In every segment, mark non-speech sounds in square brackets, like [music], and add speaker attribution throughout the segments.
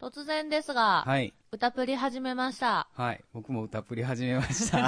Speaker 1: 突然ですが、
Speaker 2: はい。
Speaker 1: 歌プリ始めました。
Speaker 2: はい。僕も歌っぷり始めました。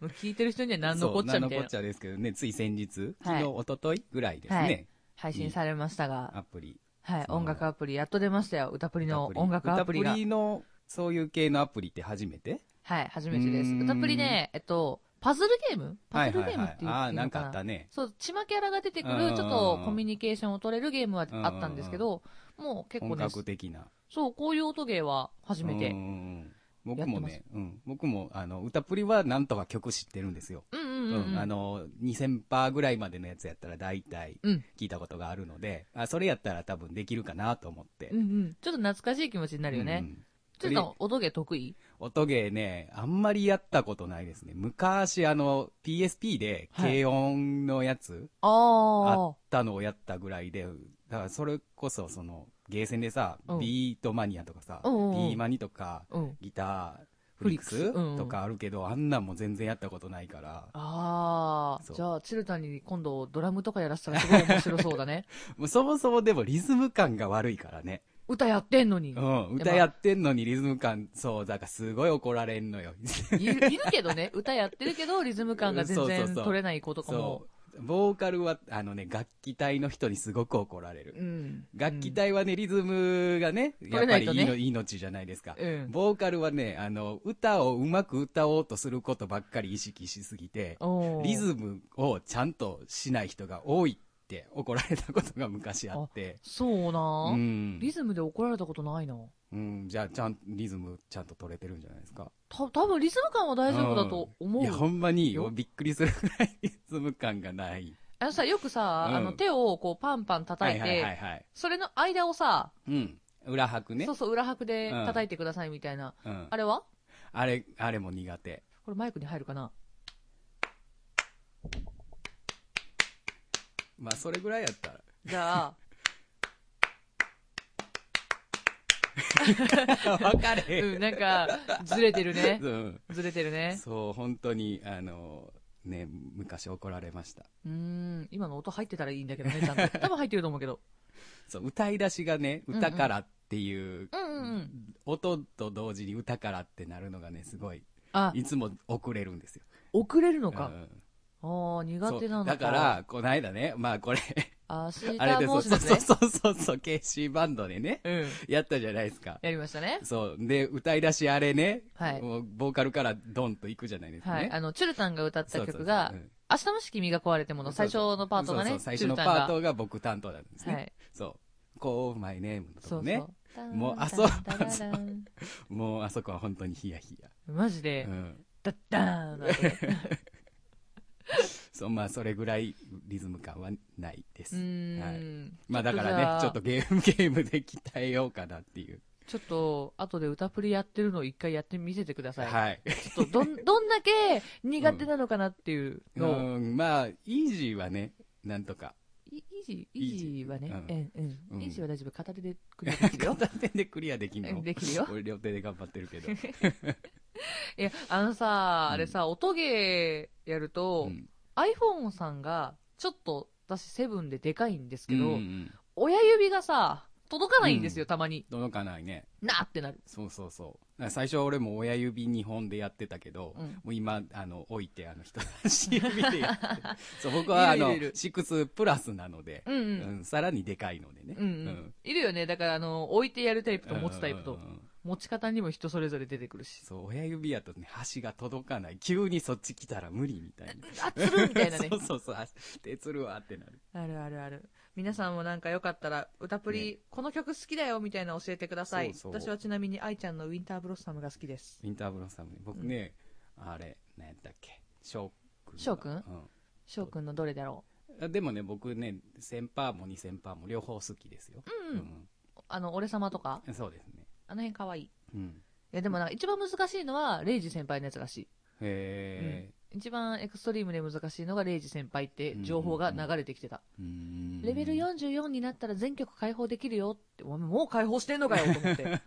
Speaker 1: もう聞いてる人には何のこっちゃみ
Speaker 2: そ
Speaker 1: た
Speaker 2: う何
Speaker 1: い
Speaker 2: の
Speaker 1: [laughs]
Speaker 2: こ
Speaker 1: な
Speaker 2: っちゃですけどね、つい先日、昨
Speaker 1: はい
Speaker 2: 日、一昨日ぐらいですね、
Speaker 1: はい配信されましたが、
Speaker 2: アプリ。
Speaker 1: はい、
Speaker 2: そう
Speaker 1: 音楽アプリやっと出ましたよ。歌プリの音楽アプリ
Speaker 2: 歌
Speaker 1: が
Speaker 2: っぷ。りの、そういう系のアプリって初めて
Speaker 1: はい、初めてです。
Speaker 2: うーん
Speaker 1: 歌プリね、えっと、パズルゲームパズルゲームっていう
Speaker 2: ああー、
Speaker 1: の
Speaker 2: なんかあったね。
Speaker 1: そう、チマキャラが出てく
Speaker 2: うんうんうんう
Speaker 1: る、
Speaker 2: ん
Speaker 1: ちょっとコミュニケーションを取れるゲームはあったんですけど、もう結構
Speaker 2: 本
Speaker 1: ね、
Speaker 2: 格的な。
Speaker 1: そう、こういう音芸は初めて。
Speaker 2: う
Speaker 1: うんん
Speaker 2: うんうん僕も
Speaker 1: や
Speaker 2: ね、うん、僕も、あの、歌っぷりはなんとか曲知ってるんですよ。
Speaker 1: うん
Speaker 2: う
Speaker 1: うんうん。
Speaker 2: あの、2000%ぐらいまでのやつやったら大体
Speaker 1: うん
Speaker 2: 聞いたことがあるので、あ、それやったら多分できるかなと思って。
Speaker 1: うんうん。ちょっと懐かしい気持ちになるよね。
Speaker 2: うんうん
Speaker 1: ちょっと音芸得意
Speaker 2: 音ゲーね、あんまりやったことないですね。昔、あの、PSP で
Speaker 1: はい
Speaker 2: 軽音のやつ、
Speaker 1: あ
Speaker 2: あ
Speaker 1: あ
Speaker 2: っ。たのをやったぐらいで、だからそれこそ、その、ゲーセンでさ、
Speaker 1: うん
Speaker 2: ビートマニアとかさ、
Speaker 1: うんうんうん
Speaker 2: ビーマニとか、
Speaker 1: うん。
Speaker 2: ギター、フリック
Speaker 1: フリッ
Speaker 2: ス
Speaker 1: クスうんうん
Speaker 2: とかあるけど、あんなんも全然やったことないから、
Speaker 1: ああ。
Speaker 2: そう
Speaker 1: じゃあ、チルタに今度ドラムとかやらせたらすごい面白そうだ
Speaker 2: [laughs]
Speaker 1: ね。
Speaker 2: もうそもそもでもリズム感が悪いからね。
Speaker 1: 歌やってんのに
Speaker 2: う。ん、歌やってんのにリズム感、そう、だからすごい怒られんのよ。 [laughs]
Speaker 1: いるいるけどね。歌やってるけど、リズム感が全
Speaker 2: そうそう
Speaker 1: 然
Speaker 2: そう
Speaker 1: 取れない子とかも
Speaker 2: そ。う。ボーカルは、あのね、楽器隊の人にすごく怒られる。
Speaker 1: うん。
Speaker 2: 楽器隊はね、リズムがね、
Speaker 1: れ
Speaker 2: やっ
Speaker 1: な
Speaker 2: ぱ
Speaker 1: い
Speaker 2: り
Speaker 1: と
Speaker 2: い
Speaker 1: ね
Speaker 2: いの命じゃないですか。
Speaker 1: うん
Speaker 2: ボーカルはね、あの、歌をうまく歌おうとすることばっかり意識しすぎて、
Speaker 1: おー
Speaker 2: リズムをちゃんとしない人が多いって怒られたことが昔あって。
Speaker 1: そうな
Speaker 2: う
Speaker 1: ぁ。
Speaker 2: ん
Speaker 1: リズムで怒られたことないな
Speaker 2: うん、じゃあ、ちゃん、リズムちゃんと取れてるんじゃないですか。
Speaker 1: た多分リズム感は大丈夫だと思
Speaker 2: んいや、ほ
Speaker 1: う。
Speaker 2: んまに
Speaker 1: よ
Speaker 2: びっくりするぐらいリズム感がない。
Speaker 1: あのさ、よくさ、
Speaker 2: うん
Speaker 1: あの手をこうパンパン叩い
Speaker 2: はいはいはい
Speaker 1: て、
Speaker 2: はい。
Speaker 1: それの間をさ、
Speaker 2: うん。裏拍ね。
Speaker 1: そうそう、裏拍で
Speaker 2: うん
Speaker 1: 叩いてくださいみたいな。
Speaker 2: うん
Speaker 1: あ。れは
Speaker 2: あれ、あれも苦手。
Speaker 1: これマイクに入るかな
Speaker 2: まあ、それぐらいやったら。
Speaker 1: じゃあ、
Speaker 2: [laughs] わかれへ
Speaker 1: うんん、なんか、ずれてるね
Speaker 2: [laughs] う。ん
Speaker 1: ずれてるね。
Speaker 2: そう、本当に、あの、ね、昔怒られました。
Speaker 1: うーん、今の音入ってたらいいんだけどね、ちゃん
Speaker 2: [laughs]
Speaker 1: と。多分入ってると思うけど。
Speaker 2: そう、歌い出しがね、
Speaker 1: うんうん
Speaker 2: 歌からっていう、
Speaker 1: うんうんうん。
Speaker 2: 音と同時に歌からってなるのがね、すごい、
Speaker 1: あ、
Speaker 2: いつも遅れるんですよ。
Speaker 1: 遅れるの
Speaker 2: う
Speaker 1: か。
Speaker 2: ん
Speaker 1: あー、苦手な
Speaker 2: そ
Speaker 1: の
Speaker 2: うだから、この間ね、まあこれ、
Speaker 1: 明日
Speaker 2: あれです
Speaker 1: も
Speaker 2: よ、
Speaker 1: うしで
Speaker 2: そう
Speaker 1: すね。
Speaker 2: そうそうそう、ケーシーバンドでね、
Speaker 1: うん。
Speaker 2: やったじゃないですか。
Speaker 1: やりましたね。
Speaker 2: そう。で、歌い出しあれね、
Speaker 1: はい
Speaker 2: もうボーカルからドンと行くじゃないですか
Speaker 1: は
Speaker 2: ね。
Speaker 1: い。あの、チュルタンが歌っ
Speaker 2: そ
Speaker 1: た
Speaker 2: うそうそう
Speaker 1: 曲が
Speaker 2: う、ん
Speaker 1: 明日もし君が壊れてもの最初のパートが
Speaker 2: そ
Speaker 1: ね、
Speaker 2: うそう最
Speaker 1: チュ
Speaker 2: 初
Speaker 1: ル
Speaker 2: のパ
Speaker 1: タンが。
Speaker 2: ートが僕担当なんですね。
Speaker 1: はい。
Speaker 2: そう。こう、マイネームのと
Speaker 1: そ
Speaker 2: こ
Speaker 1: う
Speaker 2: ね。
Speaker 1: そう。
Speaker 2: もうあそうあそうもうあそこは本当にヒヤヒヤ。
Speaker 1: [laughs] マジで
Speaker 2: う、ん。
Speaker 1: ダッダーンの
Speaker 2: [laughs]
Speaker 1: 後ね
Speaker 2: そう、まあそれぐらいリズム感はないです。
Speaker 1: うーん
Speaker 2: はい。まあだからね、ち
Speaker 1: じゃ
Speaker 2: ょ
Speaker 1: あ
Speaker 2: っとゲーム、 [laughs] ゲームで鍛えようかなっていう。
Speaker 1: ちょっと、後で歌プリやってるのを一回やってみせてください。
Speaker 2: はい。
Speaker 1: ちょっと、ど
Speaker 2: [laughs]
Speaker 1: ん、どんだけ苦手なのかなっていう
Speaker 2: う
Speaker 1: のを、
Speaker 2: ん、まあ、イージーはね、なんとか。
Speaker 1: いイージー、イージーはね、
Speaker 2: う
Speaker 1: うん、
Speaker 2: ん
Speaker 1: う。
Speaker 2: うんん
Speaker 1: イージーは大丈夫。片手でクリアできるよ。
Speaker 2: 片手でクリアできん
Speaker 1: [laughs]
Speaker 2: の
Speaker 1: できるよ
Speaker 2: 俺両手で頑張ってるけど。
Speaker 1: [laughs] いや、あのさ、
Speaker 2: うん
Speaker 1: あれさ、音ゲーやると、
Speaker 2: うん
Speaker 1: iPhone さんが、ちょっと、私、セブンででかいんですけど、
Speaker 2: うんうん
Speaker 1: 親指がさ、届かないんですよ、たまに。
Speaker 2: 届かないね。
Speaker 1: なーってなる。
Speaker 2: そうそうそう。だから最初は俺も親指2本でやってたけど、
Speaker 1: うん
Speaker 2: もう今、あの、置いて、あの、人差し指でやって
Speaker 1: [laughs]
Speaker 2: るそう、僕は、あ
Speaker 1: いる
Speaker 2: の、
Speaker 1: いるいる
Speaker 2: 6プラスなので、
Speaker 1: うんう。
Speaker 2: うんさらにでかいのでね。
Speaker 1: うんうん、いるよね。だから、あの、置いてやるタイプと持つタイプ
Speaker 2: う
Speaker 1: と
Speaker 2: んう。んうん
Speaker 1: 持ち方にも人それぞれ出てくる
Speaker 2: [laughs]
Speaker 1: し。
Speaker 2: そう、親指やとね、端が届かない。急にそっち来たら無理みたいな。
Speaker 1: あ、つ [laughs] るみたいなね
Speaker 2: [laughs] そ。うそうそう、あ手つるわってなる。
Speaker 1: あるあるある。皆さんもなんかよかったら、歌プリ、この曲好きだよみたいな教えてください。
Speaker 2: そうそう
Speaker 1: 私はちなみに愛ちゃんのウィンターブロッサムが好きです。
Speaker 2: ウィンターブロッサムね。僕ね、あれ、なんやったっけ、翔くんが。
Speaker 1: 翔くん
Speaker 2: うん
Speaker 1: 翔くんのどれだろ
Speaker 2: あでもね、僕ね、1000パーも2000パーも両方好きですよ。
Speaker 1: う。うん、あの、俺様とか
Speaker 2: うんそうですね。
Speaker 1: あの辺可愛い。い
Speaker 2: うん。
Speaker 1: や、でもなんか一番難しいのは、レイジ先輩のやつらしい。
Speaker 2: へ
Speaker 1: 一番エクストリームで難しいのがレイジ先輩って情報が流れてきてた。
Speaker 2: え、うん
Speaker 1: レベル44になったら全曲解放できるよって、お前もう解放してんのかよと思って。 [laughs] って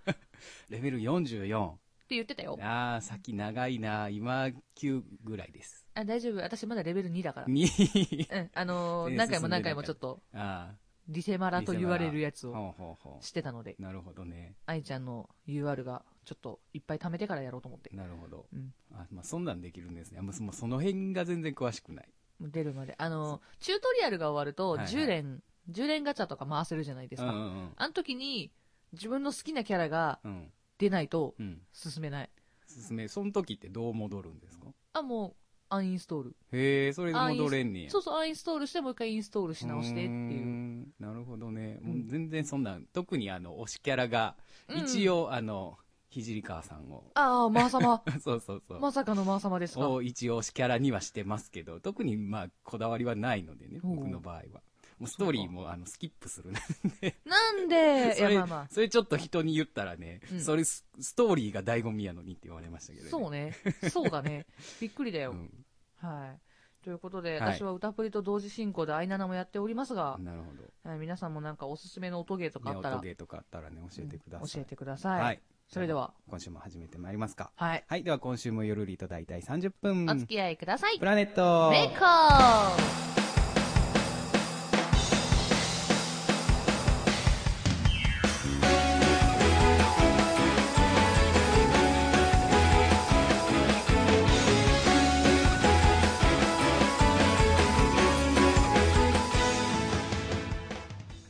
Speaker 2: レベル44。
Speaker 1: 言ってたよ。
Speaker 2: ああ、さっき長いな。今、9ぐらいです。
Speaker 1: あ、大丈夫。私まだレベル2だから。
Speaker 2: に、 [laughs]
Speaker 1: うん、あのー
Speaker 2: 全然
Speaker 1: 何回も何回もちょっと
Speaker 2: ああ、
Speaker 1: リセマラと言われるやつ
Speaker 2: ほう
Speaker 1: を
Speaker 2: ほうほ
Speaker 1: してたので
Speaker 2: う。なるほどね。
Speaker 1: 愛ちゃんの UR がちょっといっぱい貯めてからやろうと思って、
Speaker 2: なるほど。
Speaker 1: うん、
Speaker 2: あ、まあ、そんなんできるんですね。あもうそもうその辺が全然詳しくない。
Speaker 1: 出るまであのチュートリアルが終わると
Speaker 2: はいはい
Speaker 1: 10連、10連ガチャとか回せるじゃないです
Speaker 2: うん
Speaker 1: か、
Speaker 2: うんうん。
Speaker 1: あの時に自分の好きなキャラが
Speaker 2: うん。
Speaker 1: 出ないと
Speaker 2: うん。
Speaker 1: 進めない
Speaker 2: 進め、その時ってどう戻るんですか
Speaker 1: あもうアンインストール
Speaker 2: へえ、それで戻れんねや。
Speaker 1: そうそうアンインストールしてもう一回インストールし直してって
Speaker 2: ー
Speaker 1: いうん
Speaker 2: なるほどね。
Speaker 1: うん
Speaker 2: もう全然そんなん、特にあの、推しキャラが、一
Speaker 1: 応、
Speaker 2: 応、あの、ひじりかわさんを、 [laughs]
Speaker 1: ああマー様
Speaker 2: そうそうそう。
Speaker 1: まさかのマー様ですか
Speaker 2: を一応推しキャラにはしてますけど、特にまあ、こだわりはないのでね、
Speaker 1: おう
Speaker 2: 僕の場合は。もうストーリーもあのスキップするな。 [laughs]
Speaker 1: なんでい
Speaker 2: そ
Speaker 1: や
Speaker 2: れ
Speaker 1: まあまあ
Speaker 2: それちょっと人に言ったらね、
Speaker 1: うん
Speaker 2: それスストーリーが醍醐味やのにって言われましたけど、ね。
Speaker 1: そうねそうだねびっくりだよ、
Speaker 2: うん
Speaker 1: はい。ということで、
Speaker 2: はい
Speaker 1: 私は歌プリと同時進行でアイナナもやっておりますが、
Speaker 2: なるほど。
Speaker 1: はい皆さんもなんかおすすめの音芸とかあ
Speaker 2: ね、
Speaker 1: ったら、
Speaker 2: 音芸とかあったらね、教えてください。
Speaker 1: 教えてください。
Speaker 2: はい。
Speaker 1: それでは、
Speaker 2: 今週も始めてまいりますか。
Speaker 1: はい。
Speaker 2: はい、では今週も夜るりと大体30分。
Speaker 1: お付き合いください
Speaker 2: プ。ラネット
Speaker 1: メイコー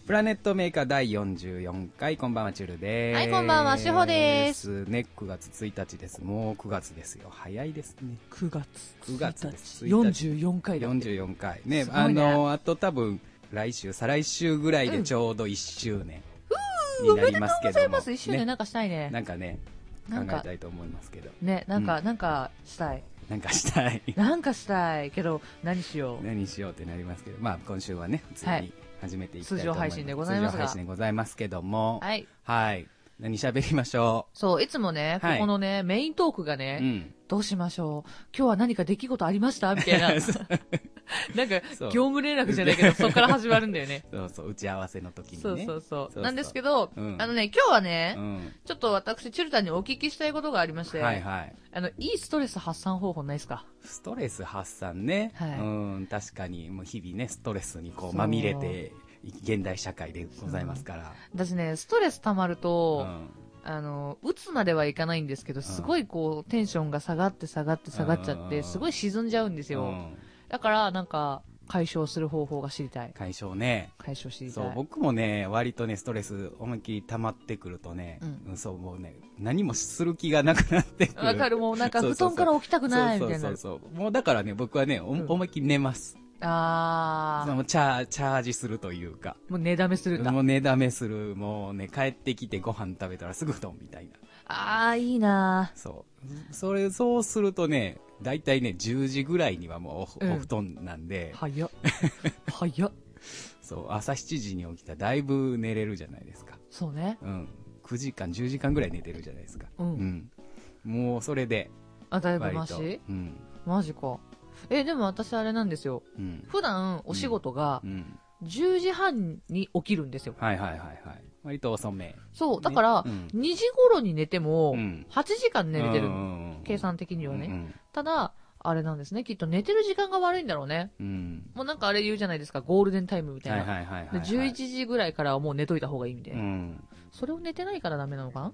Speaker 2: プラネットメーカー第44回、こんばんは、チュルです。
Speaker 1: はいこんばんはしほです。
Speaker 2: ね、9月1日です。もう9月ですよ。早いですね。
Speaker 1: 9月
Speaker 2: 9月です
Speaker 1: 44回だって。
Speaker 2: 44回。ね、
Speaker 1: すごい
Speaker 2: あ
Speaker 1: ね
Speaker 2: の、あと多分、来週、再来週ぐらいでちょうど1周年になりますけ
Speaker 1: ござい
Speaker 2: ども。
Speaker 1: ます。一周年
Speaker 2: ね
Speaker 1: なんかしたいね。
Speaker 2: なんかね、考
Speaker 1: なん
Speaker 2: え
Speaker 1: か、
Speaker 2: たいと思いますけど。
Speaker 1: ね、なんか、なんかしたい。
Speaker 2: なんかしたい。 [laughs]
Speaker 1: なんかしたいけど、何しよう。
Speaker 2: 何しようってなりますけど、まあ今週はね、普通
Speaker 1: は
Speaker 2: に
Speaker 1: い
Speaker 2: 始めていきたいと
Speaker 1: 通常
Speaker 2: 思います。
Speaker 1: 配信でございますが
Speaker 2: 通常配信でございますけども。
Speaker 1: はい。
Speaker 2: はい。何喋りましょ
Speaker 1: そう、いつもね、こ
Speaker 2: はい
Speaker 1: このね、メイントークが
Speaker 2: う。
Speaker 1: ね、
Speaker 2: うん。
Speaker 1: どうしましょう今日は何か出来事ありましたみたいな。なんか、
Speaker 2: [laughs] そう
Speaker 1: 業務連絡じゃないけど、
Speaker 2: [laughs]
Speaker 1: そこから始まるんだよね。
Speaker 2: そうそう、打ち合わせの時にね。
Speaker 1: そうそう
Speaker 2: そう
Speaker 1: そ
Speaker 2: そう
Speaker 1: う。なんですけど、
Speaker 2: うん
Speaker 1: あのね、今日はね、
Speaker 2: うん。
Speaker 1: ちょっと私、チュルタンにお聞きしたいことがありまして、
Speaker 2: はいはい。
Speaker 1: あの、いいストレス発散方法ないですか
Speaker 2: ストレス発散ね。
Speaker 1: はい
Speaker 2: うん、確かに、もう日々ね、ストレスにこ
Speaker 1: そう
Speaker 2: う、まみれて、現代社会でございますから。
Speaker 1: 私ね、ストレス溜まる
Speaker 2: う
Speaker 1: と、
Speaker 2: ん。
Speaker 1: あの、打つまではいかないんですけど、すごいこう、テンションが下がって下がって下がっちゃ
Speaker 2: うんうん
Speaker 1: っ
Speaker 2: う
Speaker 1: て、
Speaker 2: ん
Speaker 1: すごい沈んじゃうんです
Speaker 2: う
Speaker 1: よ。
Speaker 2: ん
Speaker 1: だから、なんか、解消する方法が知りたい。
Speaker 2: 解消ね。
Speaker 1: 解消知りた
Speaker 2: そう、
Speaker 1: い。
Speaker 2: 僕もね、割とね、ストレス思いっきり溜まってくるとね、
Speaker 1: う
Speaker 2: うんそう、もうね、何もする気がなくなってくる。
Speaker 1: わかる、もうなんか、
Speaker 2: そう
Speaker 1: 布
Speaker 2: そうそう
Speaker 1: 団から起きたくない、みたい
Speaker 2: そ
Speaker 1: な
Speaker 2: う。そうそう。もうだからね、僕はね、お
Speaker 1: うん
Speaker 2: 思いっきり寝ます。
Speaker 1: あ
Speaker 2: そ
Speaker 1: あ、
Speaker 2: のチャーチャージするというか。
Speaker 1: もう寝だめするんだ。
Speaker 2: もう寝だめする。もうね、帰ってきてご飯食べたらすぐ布団みたいな。
Speaker 1: ああ、いいな
Speaker 2: そう。それ、そうするとね、だいたいね、10時ぐらいにはもうお,、
Speaker 1: うん
Speaker 2: 布団なんで、
Speaker 1: 早っ。 [laughs] 早っ。
Speaker 2: そう、朝7時に起きたらだいぶ寝れるじゃないですか。
Speaker 1: そうね。
Speaker 2: うん。9時間、10時間ぐらい寝てるじゃないですか。
Speaker 1: うん
Speaker 2: もう、それで、
Speaker 1: あ、だいぶ
Speaker 2: 割
Speaker 1: マ
Speaker 2: と。
Speaker 1: シ
Speaker 2: うん。
Speaker 1: マジか。え、でも私あれなんですよ。
Speaker 2: うん。
Speaker 1: 普段お仕事が
Speaker 2: うん。
Speaker 1: 10時半に起きるんですよ。
Speaker 2: はいはいはいはい。割と遅め。
Speaker 1: そう。だから、
Speaker 2: ねうん
Speaker 1: 2時頃に寝ても
Speaker 2: うん、
Speaker 1: 8時間寝れてる
Speaker 2: うんうんうん
Speaker 1: 計算的には
Speaker 2: うんう
Speaker 1: ね。
Speaker 2: ん
Speaker 1: ただ、あれなんですね。きっと寝てる時間が悪いんだろうね。
Speaker 2: うん。
Speaker 1: もうなんかあれ言うじゃないですか。ゴールデンタイムみたい
Speaker 2: はい
Speaker 1: な。
Speaker 2: はいはいはい、
Speaker 1: で
Speaker 2: はい。
Speaker 1: 11時ぐらいからはもう寝といた方がいいみたいうな。
Speaker 2: ん。
Speaker 1: それを寝てないからダメなのかな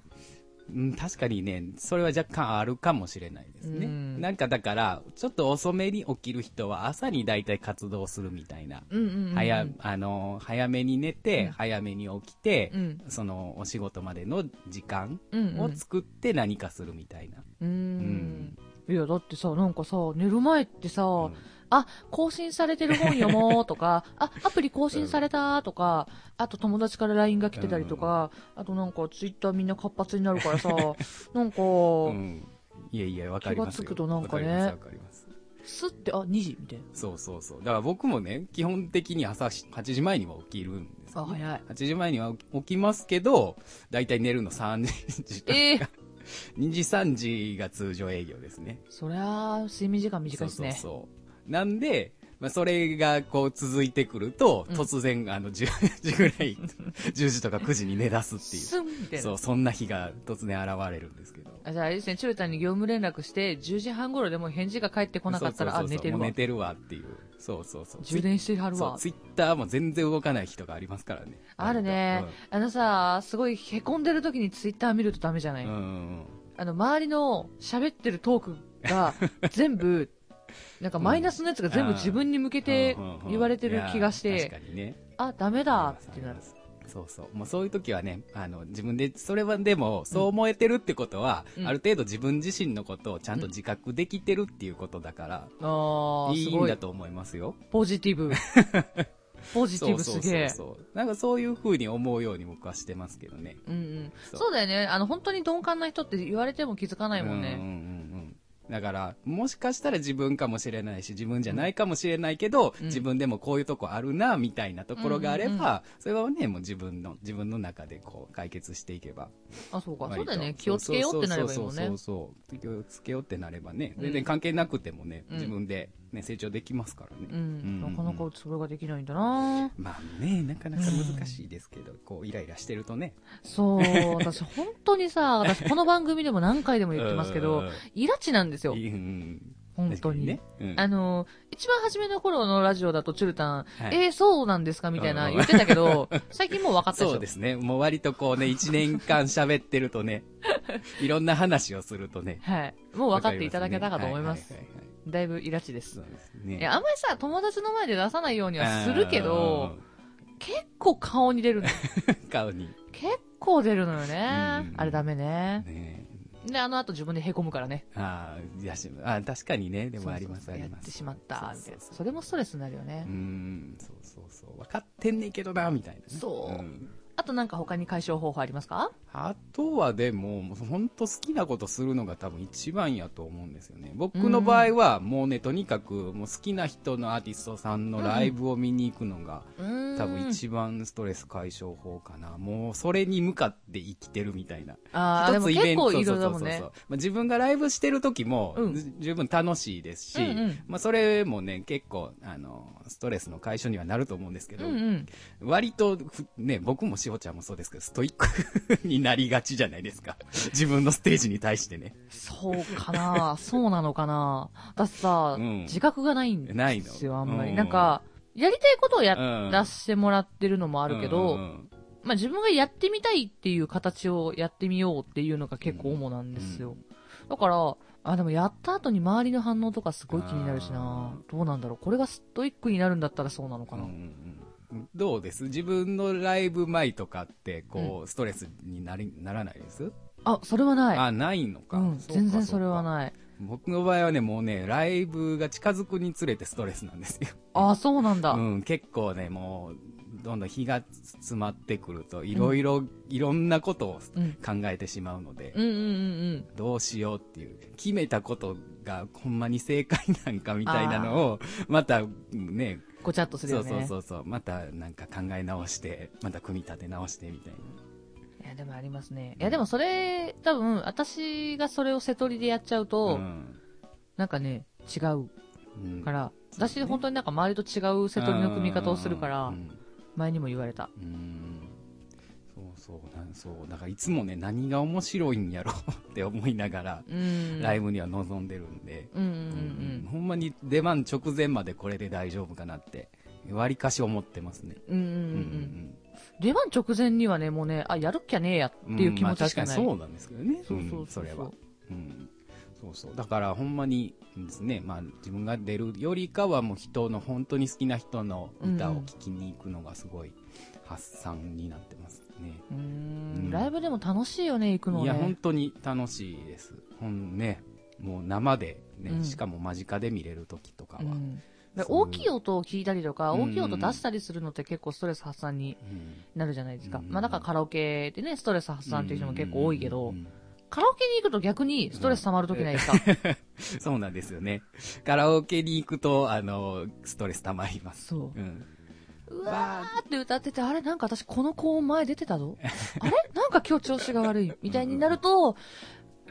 Speaker 2: うん、確かにね、それは若干あるかもしれないですね。
Speaker 1: うん
Speaker 2: なんかだから、ちょっと遅めに起きる人は朝に大体活動するみたいな。
Speaker 1: うんうんうんうん。
Speaker 2: 早、あの、早めに寝て、
Speaker 1: うん
Speaker 2: 早めに起きて、
Speaker 1: うん
Speaker 2: その、お仕事までの時間
Speaker 1: うんうん。
Speaker 2: を作って何かするみたいな。
Speaker 1: うーん。いや、だってさ、なんかさ、寝る前ってさ、
Speaker 2: うん
Speaker 1: あ、更新されてる本読もうと
Speaker 2: [laughs]
Speaker 1: か、あ、アプリ更新されたとか、あと友達から LINE が来てたりとか、あとなんかツイッターみんな活発になるからさ、なんか、
Speaker 2: うんいやいや、わかりますよ。
Speaker 1: 気がつくとなんかね
Speaker 2: わかります、わかります
Speaker 1: って、あ、2時みたいな。
Speaker 2: す。そうそうそう。だから僕もね、基本的に朝し8時前には起きるんですよ
Speaker 1: あ、早
Speaker 2: [laughs]
Speaker 1: い。
Speaker 2: 8時前には起き起きますけど、だいたい寝るの3時とか、
Speaker 1: ええー、
Speaker 2: 2時3時が通常営業ですね。
Speaker 1: そりゃあ、睡眠時間短いですね。
Speaker 2: そうそうそう。なんで、まあ、それがこう続いてくると、
Speaker 1: うん
Speaker 2: 突然あの10時ぐらい、10時とか9時に寝出すっていう。
Speaker 1: すんみたい
Speaker 2: そ
Speaker 1: な。
Speaker 2: う、そんな日が突然現れるんですけど。
Speaker 1: あじゃあ、あれですね、チュルタンに業務連絡して、10時半頃でもう返事が返ってこなかったら、
Speaker 2: そうそうそ
Speaker 1: あ、
Speaker 2: うそう
Speaker 1: 寝てる
Speaker 2: もう
Speaker 1: わ
Speaker 2: 寝。てるわっていう。そうそうそう。
Speaker 1: 充電してはる
Speaker 2: そう
Speaker 1: わ。
Speaker 2: ツイッターも全然動かない日とかありますからね。
Speaker 1: あるね、あのさ、すごい凹んでる時にツイッター見るとダメじゃな
Speaker 2: う
Speaker 1: い、
Speaker 2: ん。うんうん
Speaker 1: あの、周りの喋ってるトーク
Speaker 2: [laughs]
Speaker 1: が全部、なんかマイナスのやつが全部自分に向けて
Speaker 2: うんうんうん
Speaker 1: 言われてる気がし
Speaker 2: いや
Speaker 1: て、
Speaker 2: 確かにね。
Speaker 1: あ、ダメだってなる。
Speaker 2: そうそう。もうそういう時はね、あの、自分で、それはでも、そう思えてるってことは、
Speaker 1: うん
Speaker 2: ある程度自分自身のことをちゃんと自覚できてるっていうことだから、
Speaker 1: ああ、
Speaker 2: い
Speaker 1: す
Speaker 2: いん
Speaker 1: ご
Speaker 2: だ
Speaker 1: い。
Speaker 2: と思いますよ。
Speaker 1: ポジティ
Speaker 2: [laughs]
Speaker 1: ブ。ポジティブ
Speaker 2: そ
Speaker 1: す
Speaker 2: うそう
Speaker 1: げ
Speaker 2: そ
Speaker 1: え。
Speaker 2: うそう。なんかそういう風に思うように僕はしてますけどね。
Speaker 1: うんうん。
Speaker 2: そう
Speaker 1: そうだよね。あの、本当に鈍感な人って言われても気づかないもん
Speaker 2: うんう
Speaker 1: ね。
Speaker 2: んうんうんだから、もしかしたら自分かもしれないし、自分じゃないかもしれないけど、
Speaker 1: うん
Speaker 2: 自分でもこういうとこあるな、みたいなところがあれば、
Speaker 1: うんうんう
Speaker 2: それはね、もう自分の、自分の中でこう、解決していけば。
Speaker 1: あ、そうか。そ
Speaker 2: 割
Speaker 1: う
Speaker 2: と
Speaker 1: だよね。気をつけようってなればいいもん
Speaker 2: そ
Speaker 1: ね
Speaker 2: う。そうそうそうそう気をつけようってなればね、
Speaker 1: うん
Speaker 2: 全然関係なくてもね、
Speaker 1: うん
Speaker 2: 自分で、ね、成長できますからね。
Speaker 1: うん。
Speaker 2: う
Speaker 1: なんかなかそれができないんだな
Speaker 2: まあね、なかなか難しいですけど、こう、イライラしてるとね。
Speaker 1: そう。私、本当に
Speaker 2: [laughs]
Speaker 1: さ、私、この番組でも何回でも言ってますけ
Speaker 2: うん
Speaker 1: ど、イラチなんですよ
Speaker 2: う。ん、
Speaker 1: 本当に。
Speaker 2: ね。うん
Speaker 1: あの、一番初めの頃のラジオだと、チュルタン、
Speaker 2: はい
Speaker 1: えー、そうなんですかみたいな言ってたけ
Speaker 2: [laughs]
Speaker 1: ど、最近もう分かったでし
Speaker 2: そう
Speaker 1: ょ
Speaker 2: で。すね。もう割
Speaker 1: [laughs]
Speaker 2: とこうね、1年間喋ってるとね、いろんな話をするとね。
Speaker 1: はい。もう分かっていただけたかと思います
Speaker 2: わ。かりますね
Speaker 1: だいぶイラチです
Speaker 2: は。いはいはいはいそうです
Speaker 1: い
Speaker 2: ね。
Speaker 1: や、あんまりさ、友達の前で出さないようにはするけど、結構顔に出るの。
Speaker 2: うん、顔に。
Speaker 1: 結構出るのよね
Speaker 2: う。ん
Speaker 1: あれダメね。
Speaker 2: ね
Speaker 1: で、あの後自分で凹むからね。
Speaker 2: ああ、いやしあ確かにね、でもあります、
Speaker 1: そうそうそう
Speaker 2: あり
Speaker 1: や
Speaker 2: ま
Speaker 1: っ
Speaker 2: す。
Speaker 1: てしまった、みたいな。
Speaker 2: そうそうそう
Speaker 1: それもストレスになるよね
Speaker 2: う。ん、そうそうそう。分かってんねんけどな、みたいなね。
Speaker 1: そうんあとなんか他に解消方法ありますか
Speaker 2: あとはでも、本当好きなことするのが多分一番やと思うんですよね。僕の場合は、もうね、とにかく、もう好きな人のアーティストさんのライブを見に行くのが、
Speaker 1: うーん
Speaker 2: 多分一番ストレス解消法かな。もう、それに向かって生きてるみたいな。
Speaker 1: ああ、で
Speaker 2: 一
Speaker 1: も
Speaker 2: つイ
Speaker 1: 結
Speaker 2: ベント
Speaker 1: 構いろいろだもん
Speaker 2: そう
Speaker 1: ね
Speaker 2: そうそう。そうまあ、自分がライブしてる時も、
Speaker 1: うん
Speaker 2: じ十分楽しいですし、
Speaker 1: うんうん
Speaker 2: まあ、それもね、結構、あの、ストレスの解消にはなると思うんですけ
Speaker 1: う
Speaker 2: ど、
Speaker 1: んうん。
Speaker 2: 割とふ、ね、僕もしほちゃんもそうですけど、ストイックになりがちじゃないですか。 [laughs] 自分のステージに対してね。
Speaker 1: そうかなそうなのかなだってさ、
Speaker 2: うん
Speaker 1: 自覚がないんで
Speaker 2: ないの
Speaker 1: すよ、あんまり。
Speaker 2: うん
Speaker 1: なんか、やりたいことをや
Speaker 2: うん
Speaker 1: らせてもらってるのもあるけど、
Speaker 2: うんうん
Speaker 1: まあ自分がやってみたいっていう形をやってみようっていうのが結構主なんですよ。だから、あ、でもやった後に周りの反応とかすごい気になるしなどうなんだろうこれがストイックになるんだったらそうなのか
Speaker 2: うん
Speaker 1: な、
Speaker 2: うんうんどうです自分のライブ前とかって、こう、ストレスになり、ならないです
Speaker 1: あ、それはない。
Speaker 2: あ、ないのか。。
Speaker 1: うん、全然それはいない。
Speaker 2: 僕の場合はね、もうね、ライブが近づくにつれてストレスなんですよ。
Speaker 1: あ、そうなんだ。
Speaker 2: うん、結構ね、もう、どんどん日が詰まってくると、いろいろ、いろんなことを
Speaker 1: うん
Speaker 2: 考えてしまうので、
Speaker 1: うんうんうん
Speaker 2: どうしようっていう、決めたことがほんまに正解なんかみたいなのを、またね、
Speaker 1: うん。ごちゃっとする
Speaker 2: そ
Speaker 1: よ
Speaker 2: う
Speaker 1: ね。
Speaker 2: そうそうそう、またなんか考え直して、また組み立て直してみたい
Speaker 1: いや、でもありますね。いや、でもそれ、多分、私がそれを瀬取りでやっちゃう
Speaker 2: な。
Speaker 1: と、
Speaker 2: ん。
Speaker 1: なんかね、違う
Speaker 2: うん
Speaker 1: から、
Speaker 2: そうね
Speaker 1: 私本当になんか周りと違う瀬取りの組み方をするか
Speaker 2: う
Speaker 1: ら、
Speaker 2: ん
Speaker 1: 前にも言われた。
Speaker 2: うんそうそうなんそうだからいつもね何が面白いんやろうって思いながら、
Speaker 1: うん。
Speaker 2: ライブには臨んでるんで、
Speaker 1: うんうんう
Speaker 2: うん
Speaker 1: ん
Speaker 2: ほんまに出番直前までこれで大丈夫かなって割かし思ってますね、
Speaker 1: うん。うんうん
Speaker 2: う
Speaker 1: うん。出番直前にはね、もうね、あ、やるっきゃねえや
Speaker 2: ん
Speaker 1: っていう気持ちしか
Speaker 2: まあ
Speaker 1: ない。
Speaker 2: 確かにそうなんですけどね
Speaker 1: そうそうそう。
Speaker 2: んそれは、うん、そうそうだからほんまにですね、まあ、自分が出るよりかはもう人の本当に好きな人の歌を聴きに行くのがすごい発散になってますね、
Speaker 1: うー。
Speaker 2: うんん
Speaker 1: ライブでも楽しいよね、行くの
Speaker 2: いや、本
Speaker 1: ね。
Speaker 2: 当に楽しいです。ほんね、もう生で、ね
Speaker 1: うん
Speaker 2: しかも間近で見れる時とかは。
Speaker 1: う
Speaker 2: うん
Speaker 1: ん。で大きい音を聞いたりとか、
Speaker 2: うん
Speaker 1: 大きい音出したりするのって結構ストレス発散になるじゃないですか。
Speaker 2: うん
Speaker 1: まあだからカラオケでね、ストレス発散っていう人も結構多いけど、
Speaker 2: うんうん
Speaker 1: カラオケに行くと逆にストレス溜まるときないですか。 [laughs]
Speaker 2: そうなんですよね。カラオケに行くと、あの、ストレス溜まります。
Speaker 1: そう
Speaker 2: う。ん。
Speaker 1: うわーって歌ってて、あれなんか私この高音前出てた
Speaker 2: [laughs]
Speaker 1: ぞ。あれなんか今日調子が悪い。みたいになると、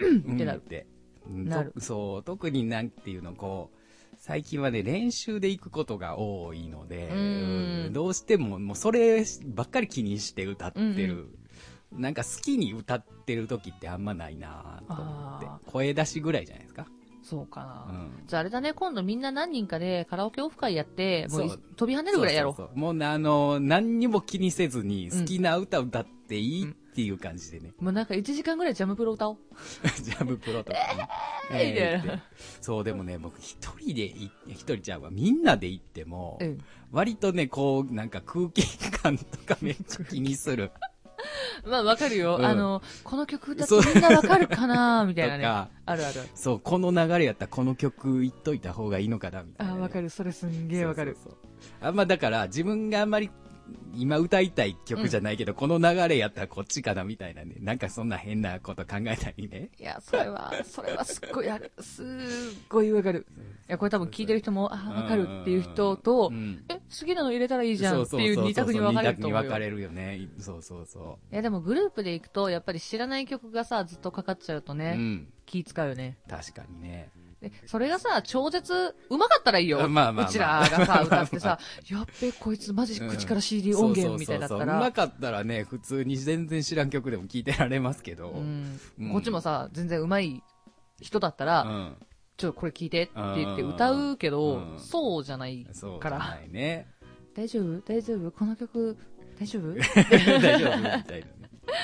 Speaker 2: うん
Speaker 1: ってなる
Speaker 2: て。うん
Speaker 1: なる
Speaker 2: とそう、特になんていうの、こう、最近はね、練習で行くことが多いので、
Speaker 1: うん
Speaker 2: うんどうしても、もうそればっかり気にして歌ってるなんか好きに歌ってる時ってあんまないなと思
Speaker 1: あ
Speaker 2: って。声出しぐらいじゃないですか。
Speaker 1: そうかな。
Speaker 2: うん
Speaker 1: じゃああれだね、今度みんな何人かでカラオケオフ会やって、もうい
Speaker 2: そう
Speaker 1: 飛び跳ねるぐらいやろう。
Speaker 2: そうそうそうもうねあの、何にも気にせずに好きな歌歌っていいっていう感じでね。
Speaker 1: もうなんか1時間ぐらいジャムプロ歌おう。
Speaker 2: [laughs] ジャムプロとかね。
Speaker 1: えー
Speaker 2: ー
Speaker 1: みたいな
Speaker 2: ってそう、でもね、僕一人でい、一人ちゃうわ。みんなで行っても、
Speaker 1: うん。
Speaker 2: 割とね、こう、なんか空気感とかめっちゃ気にする。
Speaker 1: まあわかるよ。
Speaker 2: うん
Speaker 1: あの、この曲歌っ
Speaker 2: そう
Speaker 1: てみんなわかるか
Speaker 2: [laughs]
Speaker 1: なみたいなね。
Speaker 2: とか
Speaker 1: あるあるある。
Speaker 2: そう、この流れやったらこの曲言っといた方がいいのかな、みたいな
Speaker 1: あ、
Speaker 2: ね、
Speaker 1: わか
Speaker 2: る。
Speaker 1: る。それすんげえわかる。
Speaker 2: そうそうそう。あんまだから、自分があんまり今歌いたい曲じゃないけど、この流れやったらこっちかな、みたいなね。なんかそんな変なこと考えたりね。
Speaker 1: いや、それは、それはすっごいある。すっごいわかる。いや、これ多分聞いてる人も、ああ、わかるっていう人と
Speaker 2: う、ん
Speaker 1: え、好きなの入れたらいいじゃんっていう二択に分かれると思
Speaker 2: 二
Speaker 1: う
Speaker 2: 択に分か
Speaker 1: よ。
Speaker 2: れるよね。そうそうそ
Speaker 1: いや、でもグループで行くと、やっぱり知らない曲がさ、ずっとかかっちゃうと
Speaker 2: う。う
Speaker 1: ね、
Speaker 2: ん。
Speaker 1: 気使うよね。
Speaker 2: 確かにね。
Speaker 1: で、それがさ、超絶、うまかったらいいよ。
Speaker 2: まあまあまあ
Speaker 1: うちらがさ、歌ってさ、やっべ、こいつマジ口から CD 音源みたいだった
Speaker 2: そうそうそううま
Speaker 1: ら、
Speaker 2: かったらね、普通に全然知らん曲でも聴いてられますけど。
Speaker 1: うん
Speaker 2: うん
Speaker 1: こっちもさ、全然うまい人だった
Speaker 2: う
Speaker 1: ら、
Speaker 2: ん
Speaker 1: ちょっとこれ聞いてって言って
Speaker 2: うん
Speaker 1: 歌うけど
Speaker 2: う、ん
Speaker 1: そうじゃない
Speaker 2: そう
Speaker 1: か
Speaker 2: じゃ
Speaker 1: ら、
Speaker 2: ない
Speaker 1: [laughs]
Speaker 2: ね。
Speaker 1: 大丈夫大丈夫この曲、大丈夫
Speaker 2: 大丈夫みたいなね。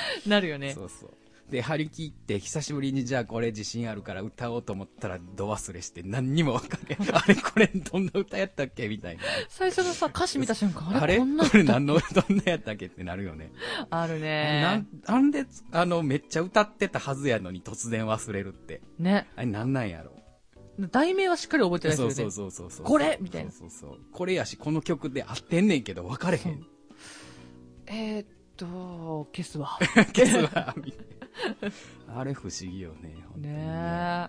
Speaker 1: [laughs] なるよね
Speaker 2: そ。うそう。で、張り切って、久しぶりにじゃあこれ自信あるから歌おうと思ったら、ど忘れして何にも分かれん。あれこれどんな歌やったっけみたいな。
Speaker 1: 最初のさ、歌詞見た瞬間、あ
Speaker 2: あ
Speaker 1: れ
Speaker 2: れ
Speaker 1: こ
Speaker 2: こ
Speaker 1: んな
Speaker 2: れ何の、どんなやったっけってなるよね。
Speaker 1: ある
Speaker 2: な
Speaker 1: ね
Speaker 2: ん。なんで、あの、めっちゃ歌ってたはずやのに突然忘れるって。
Speaker 1: ね。
Speaker 2: あれなんなんやろ
Speaker 1: 題名はしっかり覚えてない
Speaker 2: そう
Speaker 1: 人
Speaker 2: そう
Speaker 1: で。
Speaker 2: そうそうそう。
Speaker 1: これみたいな
Speaker 2: そうそうそう。これやし、この曲で合ってんねんけど分かれ
Speaker 1: [laughs]
Speaker 2: へん。
Speaker 1: えーっと、消すわ。
Speaker 2: 消すわ、みたいな。あれ不思議よね、本当に
Speaker 1: ね
Speaker 2: [laughs] ね。
Speaker 1: え。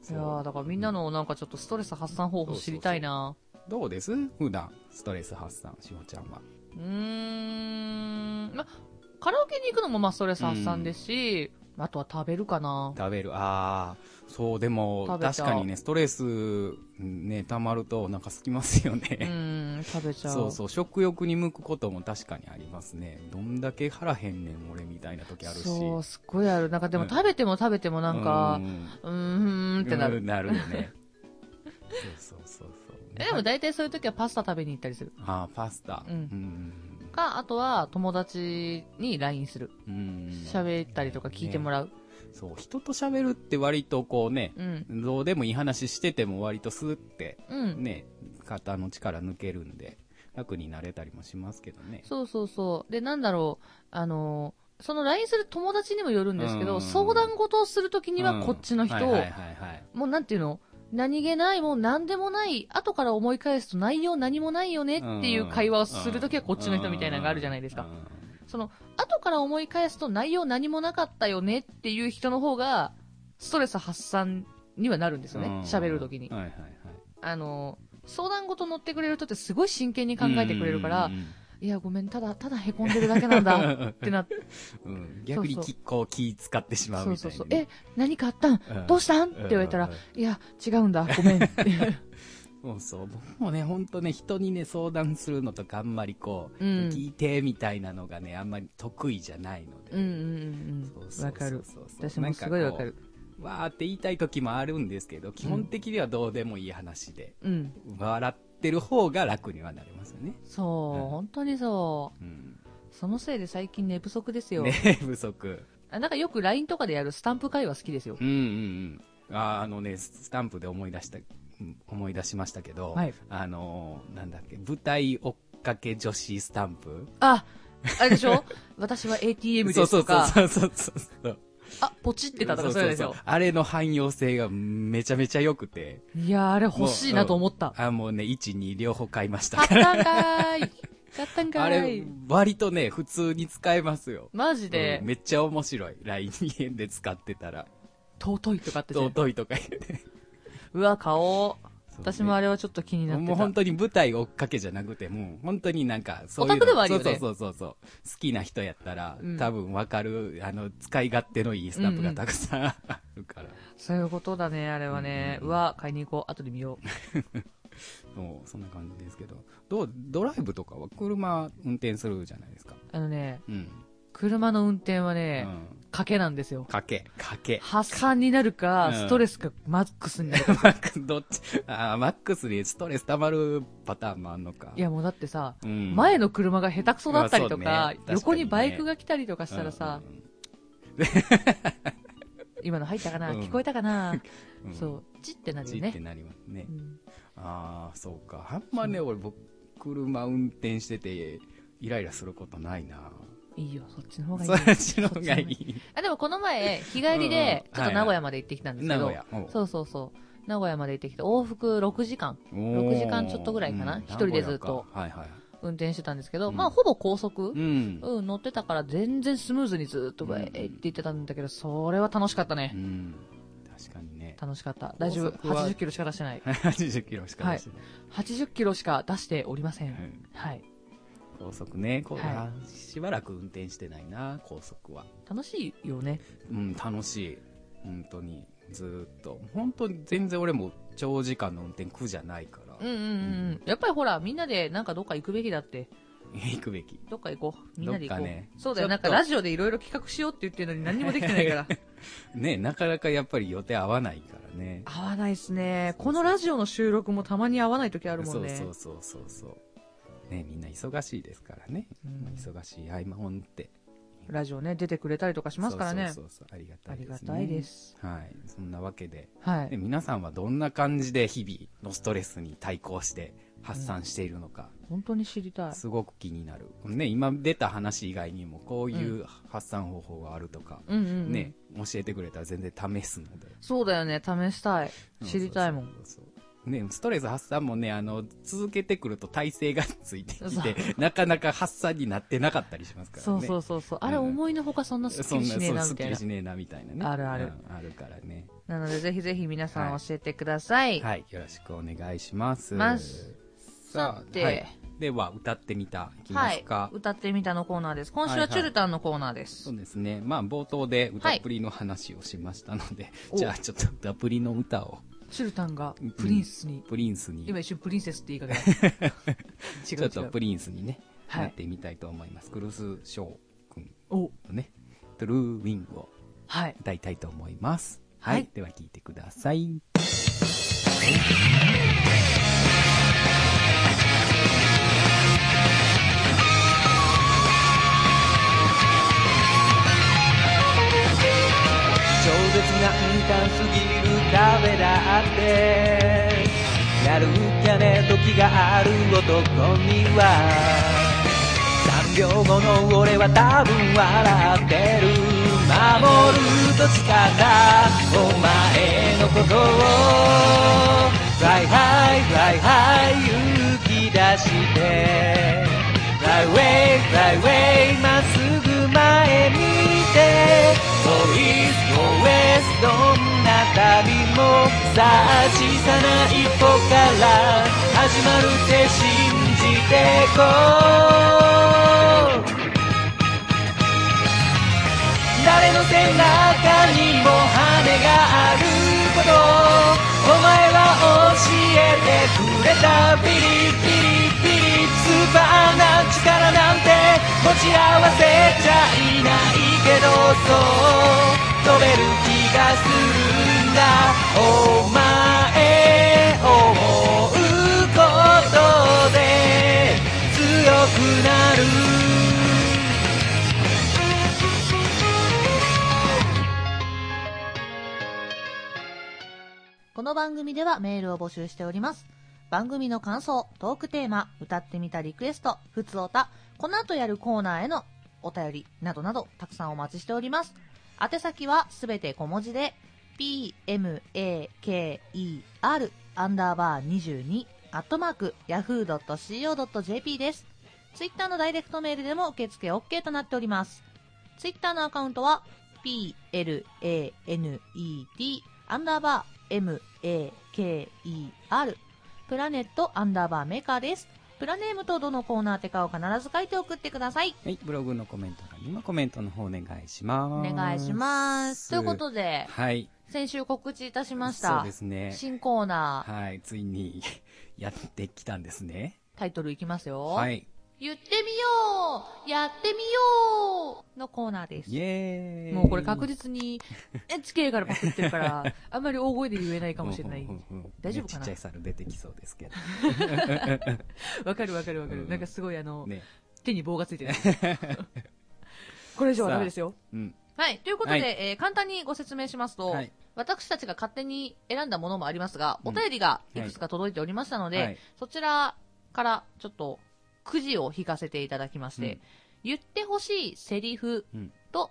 Speaker 1: い
Speaker 2: そう
Speaker 1: やーだからみんなのなんかちょっとストレス発散方法知りたいな
Speaker 2: どうです普段、ストレス発散、しほちゃんは。
Speaker 1: うーんまカラオケに行くのもまあストレス発散ですし、あとは食べるかな
Speaker 2: 食べる。ああ、そう、でも
Speaker 1: 食、べち
Speaker 2: 確
Speaker 1: ゃう
Speaker 2: かにね、ストレス、ね、溜まると、お腹空きますよ
Speaker 1: う
Speaker 2: ね。
Speaker 1: ーん食べちゃう
Speaker 2: そうそう、食欲に向くことも確かにありますね。どんだけ腹へんねん、俺みたいな時あるし。
Speaker 1: そうすっごいあるなんかでも食べても食べてもなんかうーん
Speaker 2: う
Speaker 1: ってなる、
Speaker 2: なるよね。そうそうそうそう。
Speaker 1: えでも大体そういう時はパスタ食べに行ったりする
Speaker 2: ああ、パスタ。
Speaker 1: うん
Speaker 2: ん。
Speaker 1: かあとは友達に LINE する
Speaker 2: うん。
Speaker 1: 喋ったりとか聞いてもらう、
Speaker 2: そう、人と喋るって割とこうね、
Speaker 1: うん
Speaker 2: どうでもいい話してても割とスーって
Speaker 1: うん
Speaker 2: ね、肩の力抜けるんで、楽になれたりもしますけどね。
Speaker 1: そうそうそう。で、なんだろう、あのー、その LINE する友達にもよるんですけ
Speaker 2: う
Speaker 1: ど、
Speaker 2: ん
Speaker 1: 相談事をするときにはこっちの人
Speaker 2: うん
Speaker 1: を
Speaker 2: はいはい、はいはい
Speaker 1: もうなんていうの何気ない、もう何でもない、後から思い返すと内容何もないよねっていう会話をするときはこっちの人みたいなのがあるじゃないです
Speaker 2: う
Speaker 1: か
Speaker 2: ん。うん
Speaker 1: その、後から思い返すと内容何もなかったよねっていう人の方が、ストレス発散にはなるんですよね。喋るときに
Speaker 2: は。いはいはい。
Speaker 1: あのー、相談事乗ってくれる人ってすごい真剣に考えてくれるから
Speaker 2: うん、うん
Speaker 1: いや、ごめん、ただ、ただ凹んでるだけなんだってなって
Speaker 2: [laughs] うん、うん逆に
Speaker 1: そうそ
Speaker 2: きこう気使ってしまう
Speaker 1: そう
Speaker 2: み
Speaker 1: そ
Speaker 2: た
Speaker 1: う
Speaker 2: い
Speaker 1: そ
Speaker 2: な
Speaker 1: う。え
Speaker 2: ね。、
Speaker 1: 何かあったん
Speaker 2: うん
Speaker 1: どうしたんって言われたら
Speaker 2: うんうん、
Speaker 1: いや、違うんだ、ごめん。
Speaker 2: そうそう。僕もね、ほんとね、人にね、相談するのとかあんまりこう、
Speaker 1: うん
Speaker 2: 聞いてみたいなのがね、あんまり得意じゃないので。
Speaker 1: うんうん
Speaker 2: そ
Speaker 1: うん
Speaker 2: うそう
Speaker 1: うん。
Speaker 2: そう
Speaker 1: わかる。
Speaker 2: そうそう
Speaker 1: 私もすごいわかる。。
Speaker 2: なんこうわーって言いたい時もあるんですけど、基本的にはどうでもいい話で、
Speaker 1: うん。
Speaker 2: 笑ってる方が楽にはなりますよね。
Speaker 1: そう、
Speaker 2: うん
Speaker 1: 本当にそう。
Speaker 2: うん。
Speaker 1: そのせいで最近寝不足ですよ。
Speaker 2: ね、 [laughs] 不足。
Speaker 1: あなんかよく LINE とかでやるスタンプ会話好きですよ
Speaker 2: う。んうんうん。あーあのね、ススタンプで思い出した、うん思い出しましたけど、
Speaker 1: はい
Speaker 2: あのーなんだっけ、舞台追っかけ女子スタンプ
Speaker 1: あ、あれでしょ [laughs] 私は ATM ですとか、
Speaker 2: そうそうそうそうそう。
Speaker 1: あ、ポチってたとかそういうのですよ。
Speaker 2: あれの汎用性がめちゃめちゃ良くて、
Speaker 1: いやー、あれ欲しいなと思った。
Speaker 2: あ、もうね、1、2両方買いました
Speaker 1: 買
Speaker 2: [laughs]
Speaker 1: っ
Speaker 2: から。
Speaker 1: たんかーい。買ったんか
Speaker 2: あ
Speaker 1: ー
Speaker 2: れ
Speaker 1: い。、
Speaker 2: 割とね、普通に使えますよ。
Speaker 1: マジで
Speaker 2: うん、めっちゃ面白い。LINE で使ってたら。
Speaker 1: 尊いとかって言って
Speaker 2: 尊いとか言って。
Speaker 1: うわ、買おう。私もあ
Speaker 2: れ
Speaker 1: れはちょっと気になって
Speaker 2: もう
Speaker 1: た
Speaker 2: 本。当に舞台追っかけじゃなくて、もう本当になんか、そういうの。
Speaker 1: オタクではあるよね
Speaker 2: そうそうそうそう。好きな人やったら、
Speaker 1: うん
Speaker 2: 多分わかる、あの、使い勝手のいいスタンプがたくさんあるから。
Speaker 1: そういうことだね、あれはね。
Speaker 2: う
Speaker 1: うんわ、買いに行こう。後で見よう。
Speaker 2: もう、そんな感じですけど。どう、ドライブとかは車運転するじゃないですか。
Speaker 1: あのね、
Speaker 2: うん。
Speaker 1: 車の運転は
Speaker 2: う
Speaker 1: ね、
Speaker 2: ん。
Speaker 1: 賭けなんですよ。
Speaker 2: かけ。かけ。
Speaker 1: 発散になるか、
Speaker 2: うん
Speaker 1: ストレスがマックスになるか。
Speaker 2: [laughs] マックス、どっち、 [laughs] あーマックスでストレス溜まるパターンもあんのか。
Speaker 1: いやもうだってさ、
Speaker 2: うん、
Speaker 1: 前の車が下手くそだったりと
Speaker 2: まあ
Speaker 1: か
Speaker 2: そうね、確かにね
Speaker 1: 横にバイクが来たりとかしたらさ、
Speaker 2: うんうん
Speaker 1: 今の入ったかな
Speaker 2: うん
Speaker 1: 聞こえたかな
Speaker 2: うん、
Speaker 1: そう、チってなる
Speaker 2: ち
Speaker 1: よ
Speaker 2: って
Speaker 1: ね。
Speaker 2: なりますね
Speaker 1: う。ん
Speaker 2: ああ、そうか。あんまね、俺、僕、車運転してて、イライラすることないな。
Speaker 1: いいよ、そっちの方がいい
Speaker 2: そ
Speaker 1: よ。
Speaker 2: っちの方がいい。
Speaker 1: あ、でもこの前、日帰りで、
Speaker 2: うん
Speaker 1: ちょっと名古屋まで行ってきたんですけ
Speaker 2: 名
Speaker 1: ど
Speaker 2: 古、屋。お
Speaker 1: そうそうそう。名古屋まで行ってきて、往復6時間
Speaker 2: おー
Speaker 1: 6時間ちょっとぐらいかな
Speaker 2: うん
Speaker 1: 一人でずっと
Speaker 2: 名古屋かはいはい。
Speaker 1: 運転してたんですけど、
Speaker 2: うん
Speaker 1: まあほぼ高速、
Speaker 2: うん。
Speaker 1: うん、乗ってたから全然スムーズにずっと
Speaker 2: うん
Speaker 1: バイって言ってたんだけど、それは楽しかったね。
Speaker 2: うん。確かにね。 [laughs]
Speaker 1: 楽しかった。大丈夫。
Speaker 2: 高速は
Speaker 1: 80キロしか出してない。
Speaker 2: 80キロしか出してない。
Speaker 1: 80キロしか出しておりませ。
Speaker 2: うんん
Speaker 1: はい。
Speaker 2: 高速ね。こう
Speaker 1: はい
Speaker 2: あーしばらく運転してないな、高速は。
Speaker 1: 楽しいよね。
Speaker 2: うん、楽しい。本当に。ずーっと。本当に全然俺も長時間の運転苦じゃないから。
Speaker 1: うんうんうん。やっぱりほら、みんなでなんかどっか行くべきだって。
Speaker 2: 行くべき。
Speaker 1: どっか行こう。みんなで行こう。
Speaker 2: どっかね
Speaker 1: そうだよ。
Speaker 2: ちょ
Speaker 1: な
Speaker 2: っ
Speaker 1: ん
Speaker 2: と
Speaker 1: かラジオでいろいろ企画しようって言ってるのに何にもできて
Speaker 2: [laughs]
Speaker 1: ないから。
Speaker 2: ね、なかなかやっぱり予定合わないからね。
Speaker 1: 合わないっすね。このラジオの収録もたまに合わない時あるも
Speaker 2: そ
Speaker 1: ん
Speaker 2: う
Speaker 1: ね。
Speaker 2: そうそうそうそう。ね、みんな忙しいですからね。
Speaker 1: うん
Speaker 2: まあ忙しい合間を縫って。
Speaker 1: ラジオね、出てくれたりとかしますからね。
Speaker 2: そうそうそうそうありがた
Speaker 1: あ
Speaker 2: いで
Speaker 1: り
Speaker 2: す、ね。
Speaker 1: がたいで。す。
Speaker 2: はい。そんなわけで、
Speaker 1: は
Speaker 2: で
Speaker 1: い。
Speaker 2: 皆さんはどんな感じで日々のストレスに対抗して発散しているのか、
Speaker 1: 本当に知りたい。
Speaker 2: すごく気になる。ね、今出た話以外にも、こういうう発散方法があるとか、
Speaker 1: うんうんうん。
Speaker 2: ね、教えてくれたら全然試すので。
Speaker 1: そうだよね、試したい。知りたいも
Speaker 2: うん
Speaker 1: ん。。
Speaker 2: そうそうそうね、ストレス発散もね、あの、続けてくると体勢がついて
Speaker 1: そ
Speaker 2: き
Speaker 1: う
Speaker 2: て、なかなか発散になってなかったりしますからね。
Speaker 1: そうそうそうそう。あれ、
Speaker 2: うん
Speaker 1: 思いのほかそんなスッキ
Speaker 2: そん
Speaker 1: リ
Speaker 2: な、
Speaker 1: しねえな、み
Speaker 2: そうす
Speaker 1: たい
Speaker 2: っきり
Speaker 1: な。
Speaker 2: しねえな、みたいなね。
Speaker 1: あるある
Speaker 2: うんあるからね。
Speaker 1: なので、ぜひぜひ皆さ
Speaker 2: は
Speaker 1: ん
Speaker 2: い
Speaker 1: 教えてください。
Speaker 2: はい、よろしくお願いします。
Speaker 1: ます
Speaker 2: さ
Speaker 1: さ
Speaker 2: あ、
Speaker 1: て
Speaker 2: はいでは、歌ってみた、いきま
Speaker 1: は
Speaker 2: す
Speaker 1: い
Speaker 2: か。。
Speaker 1: 歌ってみたのコーナーです。今週
Speaker 2: は
Speaker 1: はい
Speaker 2: はい
Speaker 1: チュルタンのコーナーです
Speaker 2: そ。うですね。まあ、冒頭で歌っぷりの話をしましたので、
Speaker 1: お
Speaker 2: じゃあ、ちょっと歌っぷりの歌を、
Speaker 1: チュルタンがプリンスに、
Speaker 2: プリンスに、
Speaker 1: 今一瞬プリンセスって
Speaker 2: [laughs]
Speaker 1: 言いかけた。
Speaker 2: ちょっと
Speaker 1: 違う違う
Speaker 2: プ。リンスにね、
Speaker 1: はい
Speaker 2: なってみたいと思います。クルス・ショー君
Speaker 1: お、
Speaker 2: のね、トゥルー・ウィングを
Speaker 1: はい。
Speaker 2: 歌いたいと思います。
Speaker 1: はい
Speaker 2: はい、では、聴いてください。
Speaker 3: 超絶難関すぎる壁だってやる気ゃね時がある男には3秒後の俺は多分笑ってる守ると誓ったお前のことを Fly high, fly high 勇気出して Fly away, fly away まっすぐ前見て Always, always どんな旅もさあ小さな一歩から始まるって信じてこう誰の背中にも羽があることお前は教えてくれたピリピリピリスーパーな力なんて持ち合わせちゃいないけどそう飛べる気がするんだお前を思うことで強くなる
Speaker 4: この番組ではメールを募集しております。番組の感想、トークテーマ、歌ってみたリクエスト、ふつおた、この後やるコーナーへのお便りなどなどたくさんお待ちしております。宛先はすべて小文字で、p, m, a, k, e, r, アンダーバー22、アットマーク、yahoo.co.jp です。ツイッターのダイレクトメールでも受付 OK となっております。ツイッターのアカウントは、planet アンダーバー maker プラネットアンダーバーメーカーです。プラネームとどのコーナーってかを必ず書いて送ってください。
Speaker 2: はい、ブログのコメント欄にもコメントの方お願いし
Speaker 4: お
Speaker 2: ます。
Speaker 4: 願いします。ということで、
Speaker 2: はい。
Speaker 4: 先週告知いたしまし
Speaker 2: そう
Speaker 4: た
Speaker 2: で。すね。
Speaker 4: 新コーナ
Speaker 2: はい、ついに [laughs] やってきたんですね。
Speaker 4: ー、タイトルいきますよ。
Speaker 2: はい。
Speaker 1: 言ってみようやってみようのコーナーです
Speaker 2: イ。エーイ
Speaker 5: もうこれ確実に NHK からパクってる
Speaker 2: [laughs]
Speaker 5: から、あんまり大声で言えないかもしれない
Speaker 2: うん。うんうん
Speaker 5: 大丈夫かな
Speaker 2: ちっちゃい猿出てきそうですけ
Speaker 5: わかるわかるわかる。
Speaker 2: うん
Speaker 5: なんかすごいあの
Speaker 2: ど。、ね。
Speaker 5: 手に棒がつ
Speaker 2: [laughs]
Speaker 5: いてる。これ以上はダメですよ。
Speaker 2: うん。
Speaker 1: はい。ということで、
Speaker 2: はい
Speaker 1: えー簡単にご説明しますと、
Speaker 2: はい
Speaker 1: 私たちが勝手に選んだものもありますが、
Speaker 2: う
Speaker 1: お
Speaker 2: ん
Speaker 1: 便りがいくつか届いておりましたので、
Speaker 2: はい
Speaker 1: そちらからちょっとくじを引かせていただきまして、
Speaker 2: うん
Speaker 1: 言ってほしいセリフ
Speaker 2: うん
Speaker 1: と、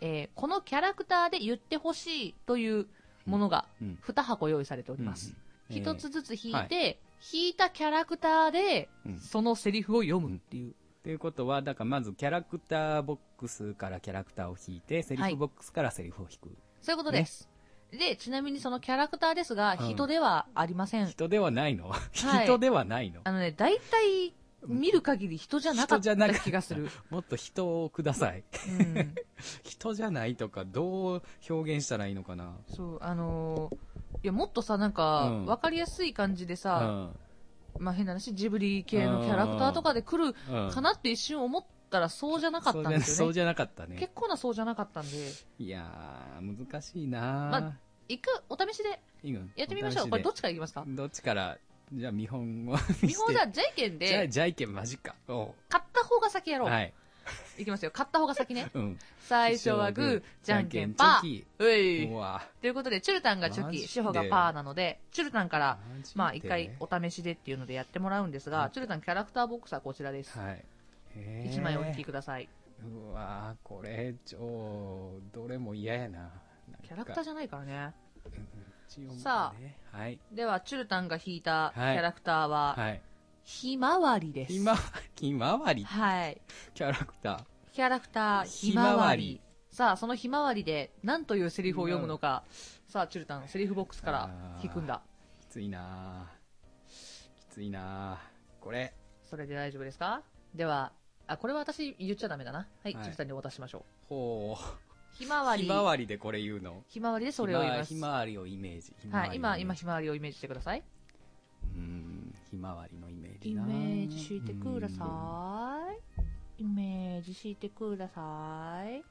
Speaker 1: えーこのキャラクターで言ってほしいというものが
Speaker 2: うん。
Speaker 1: 2箱用意されており
Speaker 2: うん
Speaker 1: ます。。
Speaker 2: えー
Speaker 1: 1つずつ引いて、引いたキャラクターで
Speaker 2: うん
Speaker 5: そのセリフを読むっていう。
Speaker 2: ということは、だからまずキャラクターボックスからキャラクターを引いて、セリフボックスからセリフを引く。
Speaker 1: そういうことです。で、ちなみにそのキャラクターですが、
Speaker 2: うん
Speaker 1: 人ではありません。
Speaker 2: 人ではないの
Speaker 1: い
Speaker 2: 人ではないの
Speaker 1: あのね、大体、見る限り人じゃなかっ
Speaker 2: 人じゃなか
Speaker 5: な
Speaker 2: った
Speaker 5: 気がする。
Speaker 2: もっと人をください。
Speaker 5: うん。
Speaker 2: 人じゃないとか、どう表現したらいいのかな
Speaker 5: そう、あのーいや、もっとさ、なんか、
Speaker 2: うん
Speaker 5: わかりやすい感じで
Speaker 2: う
Speaker 5: さ、
Speaker 2: ん。
Speaker 5: まあ変な話、ジブリ系のキャラクターとかで来る
Speaker 2: うん
Speaker 5: かなって一瞬思ったら、そうじゃなかったんです
Speaker 2: そ
Speaker 5: よ
Speaker 2: う
Speaker 5: ね。
Speaker 2: じゃなかったね
Speaker 5: 結。構なそうじゃなかったんで、
Speaker 2: いやー、難しいな
Speaker 1: ま行く、お試しで
Speaker 2: いいの
Speaker 1: やってみましょ
Speaker 2: お試
Speaker 1: う。
Speaker 2: で
Speaker 1: これどっちからいきますか
Speaker 2: どっちから、じゃあ見本をして。
Speaker 1: 見本じゃ、じゃいけん
Speaker 2: じゃあ、
Speaker 1: で、
Speaker 2: じゃいけんマジか。お
Speaker 1: 買った方が先や
Speaker 2: う
Speaker 1: ろう。
Speaker 2: はい。。
Speaker 1: いきますよ。買った方が先ね
Speaker 2: [laughs] うん。
Speaker 1: 最初はグー、じゃんけんパー。
Speaker 2: じゃんけんチ
Speaker 1: う
Speaker 2: ョキ。
Speaker 1: いう
Speaker 2: わ
Speaker 1: ということで、チュルタンがチョ
Speaker 2: マジ
Speaker 1: キ、
Speaker 2: で
Speaker 1: シホがパーなので、チュルタンから、
Speaker 2: マジで
Speaker 1: まあ一回お試しでっていうのでやってもらうんです
Speaker 2: う
Speaker 1: が
Speaker 2: ん、
Speaker 1: チュルタンキャラクターボックスはこちらです。
Speaker 2: はい。えー
Speaker 1: 1枚お引きください。
Speaker 2: うわーこれ、超、どれも嫌やな。
Speaker 1: キャラクター
Speaker 2: じ
Speaker 1: じゃないからね。
Speaker 2: ゃ
Speaker 1: さ
Speaker 2: あ、はい。
Speaker 1: では、チュルタンが引いたキ
Speaker 2: はい
Speaker 1: ャラクターは、
Speaker 2: はい。
Speaker 1: ひまわりです。
Speaker 2: ひまわり、ひまわり、
Speaker 1: はい。
Speaker 2: キャラクタ
Speaker 1: キャラクター、ひ
Speaker 2: ひ
Speaker 1: まわ
Speaker 2: まわ
Speaker 1: り
Speaker 2: り。
Speaker 1: さあ、そのひまわりで、何というセリフを読むのか。さあ、チュルタン、セリフボックスから引くんだ。
Speaker 2: ー。きついなーきついなーこれ。
Speaker 1: それで大丈夫ですかでは、あ、これは私言っちゃダメだな。はい、
Speaker 2: はい
Speaker 1: チュルタンにお渡ししましょ
Speaker 2: ほ
Speaker 1: う。ひまわ
Speaker 2: う。
Speaker 1: り。
Speaker 2: ひ
Speaker 1: ひ
Speaker 2: ま
Speaker 1: まわ
Speaker 2: わりでこれ言うの。
Speaker 1: りでそれを言います。
Speaker 2: ひまわりをイメージ。ひまわり
Speaker 1: はい、今、
Speaker 2: のイメ
Speaker 1: 今
Speaker 2: ージ
Speaker 1: ひまわりをイメージしてください。
Speaker 2: うん、ひまわりのイメージ
Speaker 1: イ
Speaker 2: な
Speaker 1: メージしてください。イメージしてください。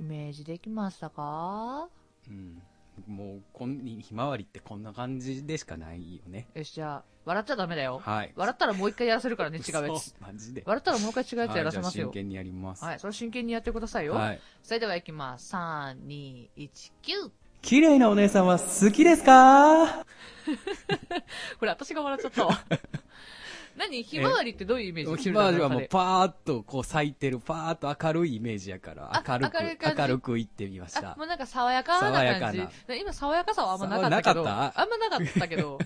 Speaker 1: イメージできましたか
Speaker 2: い。うん。もう、こん、ひまわりってこんな感じでしかないよね。
Speaker 1: よし、じゃあ、笑っちゃダメだよ。
Speaker 2: はい。
Speaker 1: 笑ったらもう一回やらせるから
Speaker 2: [laughs]
Speaker 1: ね、違うやつ。
Speaker 2: 嘘マジで。
Speaker 1: 笑ったらもう一回違うやつやらせますよ
Speaker 2: はいじゃあ真。剣にやります。
Speaker 1: はい、それ真剣にやってくださいよ。
Speaker 2: はい。
Speaker 1: それではいきます。3、2、1、9。
Speaker 2: 綺麗なお姉さんは好きですか
Speaker 1: これ私が笑っちゃったわ。 [laughs] 何ひまわりってどういうイメージ
Speaker 2: ひまわりはも
Speaker 1: 中
Speaker 2: う
Speaker 1: で
Speaker 2: パーッとこう咲いてる、パーッと明るいイメージやから
Speaker 1: あ、
Speaker 2: 明るく、
Speaker 1: 明
Speaker 2: 明
Speaker 1: るい
Speaker 2: る
Speaker 1: 感じ
Speaker 2: く言ってみまし
Speaker 1: あ
Speaker 2: た、
Speaker 1: も。うなんか爽やかな感じ。
Speaker 2: 爽やか
Speaker 1: 今爽やかさはあんまなかったけど。
Speaker 2: 爽やかった
Speaker 1: あんまなかったけ
Speaker 2: [laughs]
Speaker 1: ど。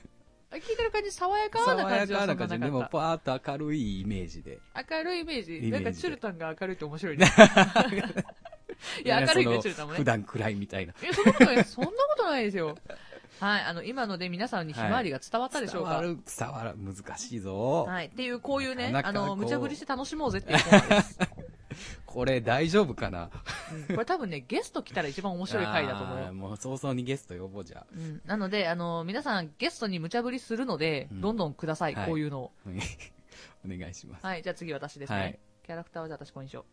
Speaker 1: あ聞いてる感じ、爽やかな
Speaker 2: 爽
Speaker 1: 感
Speaker 2: や
Speaker 1: じは
Speaker 2: か
Speaker 1: そ
Speaker 2: なん
Speaker 1: な
Speaker 2: 感じで、
Speaker 1: な
Speaker 2: でも
Speaker 1: かっ
Speaker 2: パーッと明るいイメージで。
Speaker 1: た。明るいイメージ。
Speaker 2: イメージで
Speaker 1: なんか、チュルタンが明るいって面白い
Speaker 2: [laughs]
Speaker 1: ね。いや、明るい
Speaker 2: そ
Speaker 1: ね、
Speaker 2: の
Speaker 1: チュルタンもね
Speaker 2: 普。段暗いみたいな。
Speaker 1: いや、そんなことない、そんなことないですよ。はい、あの、今ので皆さんにひまわりが伝わったでしょうか、
Speaker 2: 伝わる、伝わる、難しいぞ。
Speaker 1: はい。っていう、こういうね、
Speaker 2: なかなか
Speaker 1: あ
Speaker 2: こ
Speaker 1: の、
Speaker 2: う
Speaker 1: 無茶ぶりして楽しもうぜっていうコーナー
Speaker 2: [laughs]
Speaker 1: です。
Speaker 2: これ大丈夫かな
Speaker 1: うんこれ多分ね、ゲスト来たら一番面白い回だと思う
Speaker 2: あー
Speaker 1: よ。
Speaker 2: もう早々にゲスト呼ぼうじゃ。
Speaker 1: うん、なので、あの、皆さんゲストに無茶ぶりするので、
Speaker 2: うん
Speaker 1: どんどんください、
Speaker 2: はい
Speaker 1: こういうのを。
Speaker 2: [laughs] お願いします。
Speaker 1: はい、じゃあ次私ですね。
Speaker 2: はい
Speaker 1: キャラクターはじゃあ私これにしよ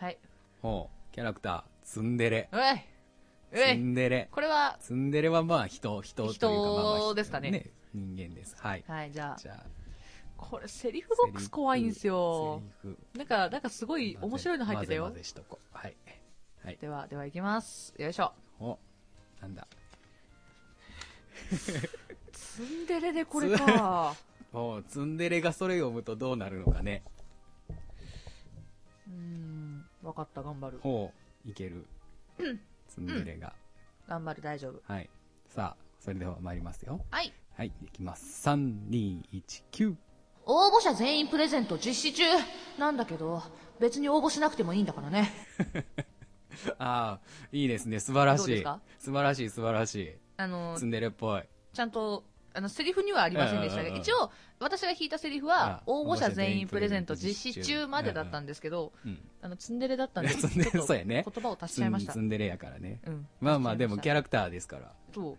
Speaker 1: う。はい。
Speaker 2: ほう、キャラクター、ツンデレ。
Speaker 1: うえいうえ
Speaker 2: ツ
Speaker 1: い
Speaker 2: ンデレ。
Speaker 1: これは、
Speaker 2: ツンデレはまあ人、人というかまあまあ
Speaker 1: 人ですかね
Speaker 2: 人間です。はい。
Speaker 1: はい、じゃあ、
Speaker 2: じゃあ、
Speaker 1: これセリフボックス怖いんですよ。
Speaker 2: セリフ。
Speaker 1: なんか、なんかすごい面白いの入ってたよ。
Speaker 2: 混ぜ混ぜしとこうはい。はい。
Speaker 1: では、では行きます。よいしょ。
Speaker 2: お、なんだ。
Speaker 1: ツンデレでこれか。
Speaker 2: おうツンデレがそれ読むとどうなるのかね。
Speaker 1: うーん、わかった、頑張る。
Speaker 2: ほう、いける。ツンデレが。
Speaker 1: 頑張る、大丈夫。
Speaker 2: はい。さあ、それでは参りますよ。
Speaker 1: はい。
Speaker 2: はい、いきます。3、2、1、9。
Speaker 1: 応募者全員プレゼント実施中なんだけど、別に応募しなくてもいいんだからね。
Speaker 2: ああ、いいですね。素晴ら
Speaker 1: どうで
Speaker 2: し
Speaker 1: す
Speaker 2: い
Speaker 1: か。
Speaker 2: 素晴らしい、素晴らし
Speaker 1: あの
Speaker 2: い。ツ、ンデレっぽい。
Speaker 1: ちゃんとあのセリフにはありませんでした
Speaker 2: うん
Speaker 1: が
Speaker 2: うんうん
Speaker 1: 一応私が弾いたセリフは
Speaker 2: あ
Speaker 1: 応募者全員プレゼント
Speaker 2: 応募者全員プレゼ
Speaker 1: 実
Speaker 2: ント
Speaker 1: 施中までだったんですけど
Speaker 2: うん。
Speaker 1: あのツンデレだったんでちょ
Speaker 2: [laughs] ツ
Speaker 1: っ
Speaker 2: ンデレ
Speaker 1: と
Speaker 2: そうやね
Speaker 1: 言葉を足し
Speaker 2: ツ
Speaker 1: ちゃいま
Speaker 2: ン
Speaker 1: した
Speaker 2: ツンデレやからね。
Speaker 1: うん
Speaker 2: まあまあ、でもキャ
Speaker 1: ラ
Speaker 2: ラクターですから。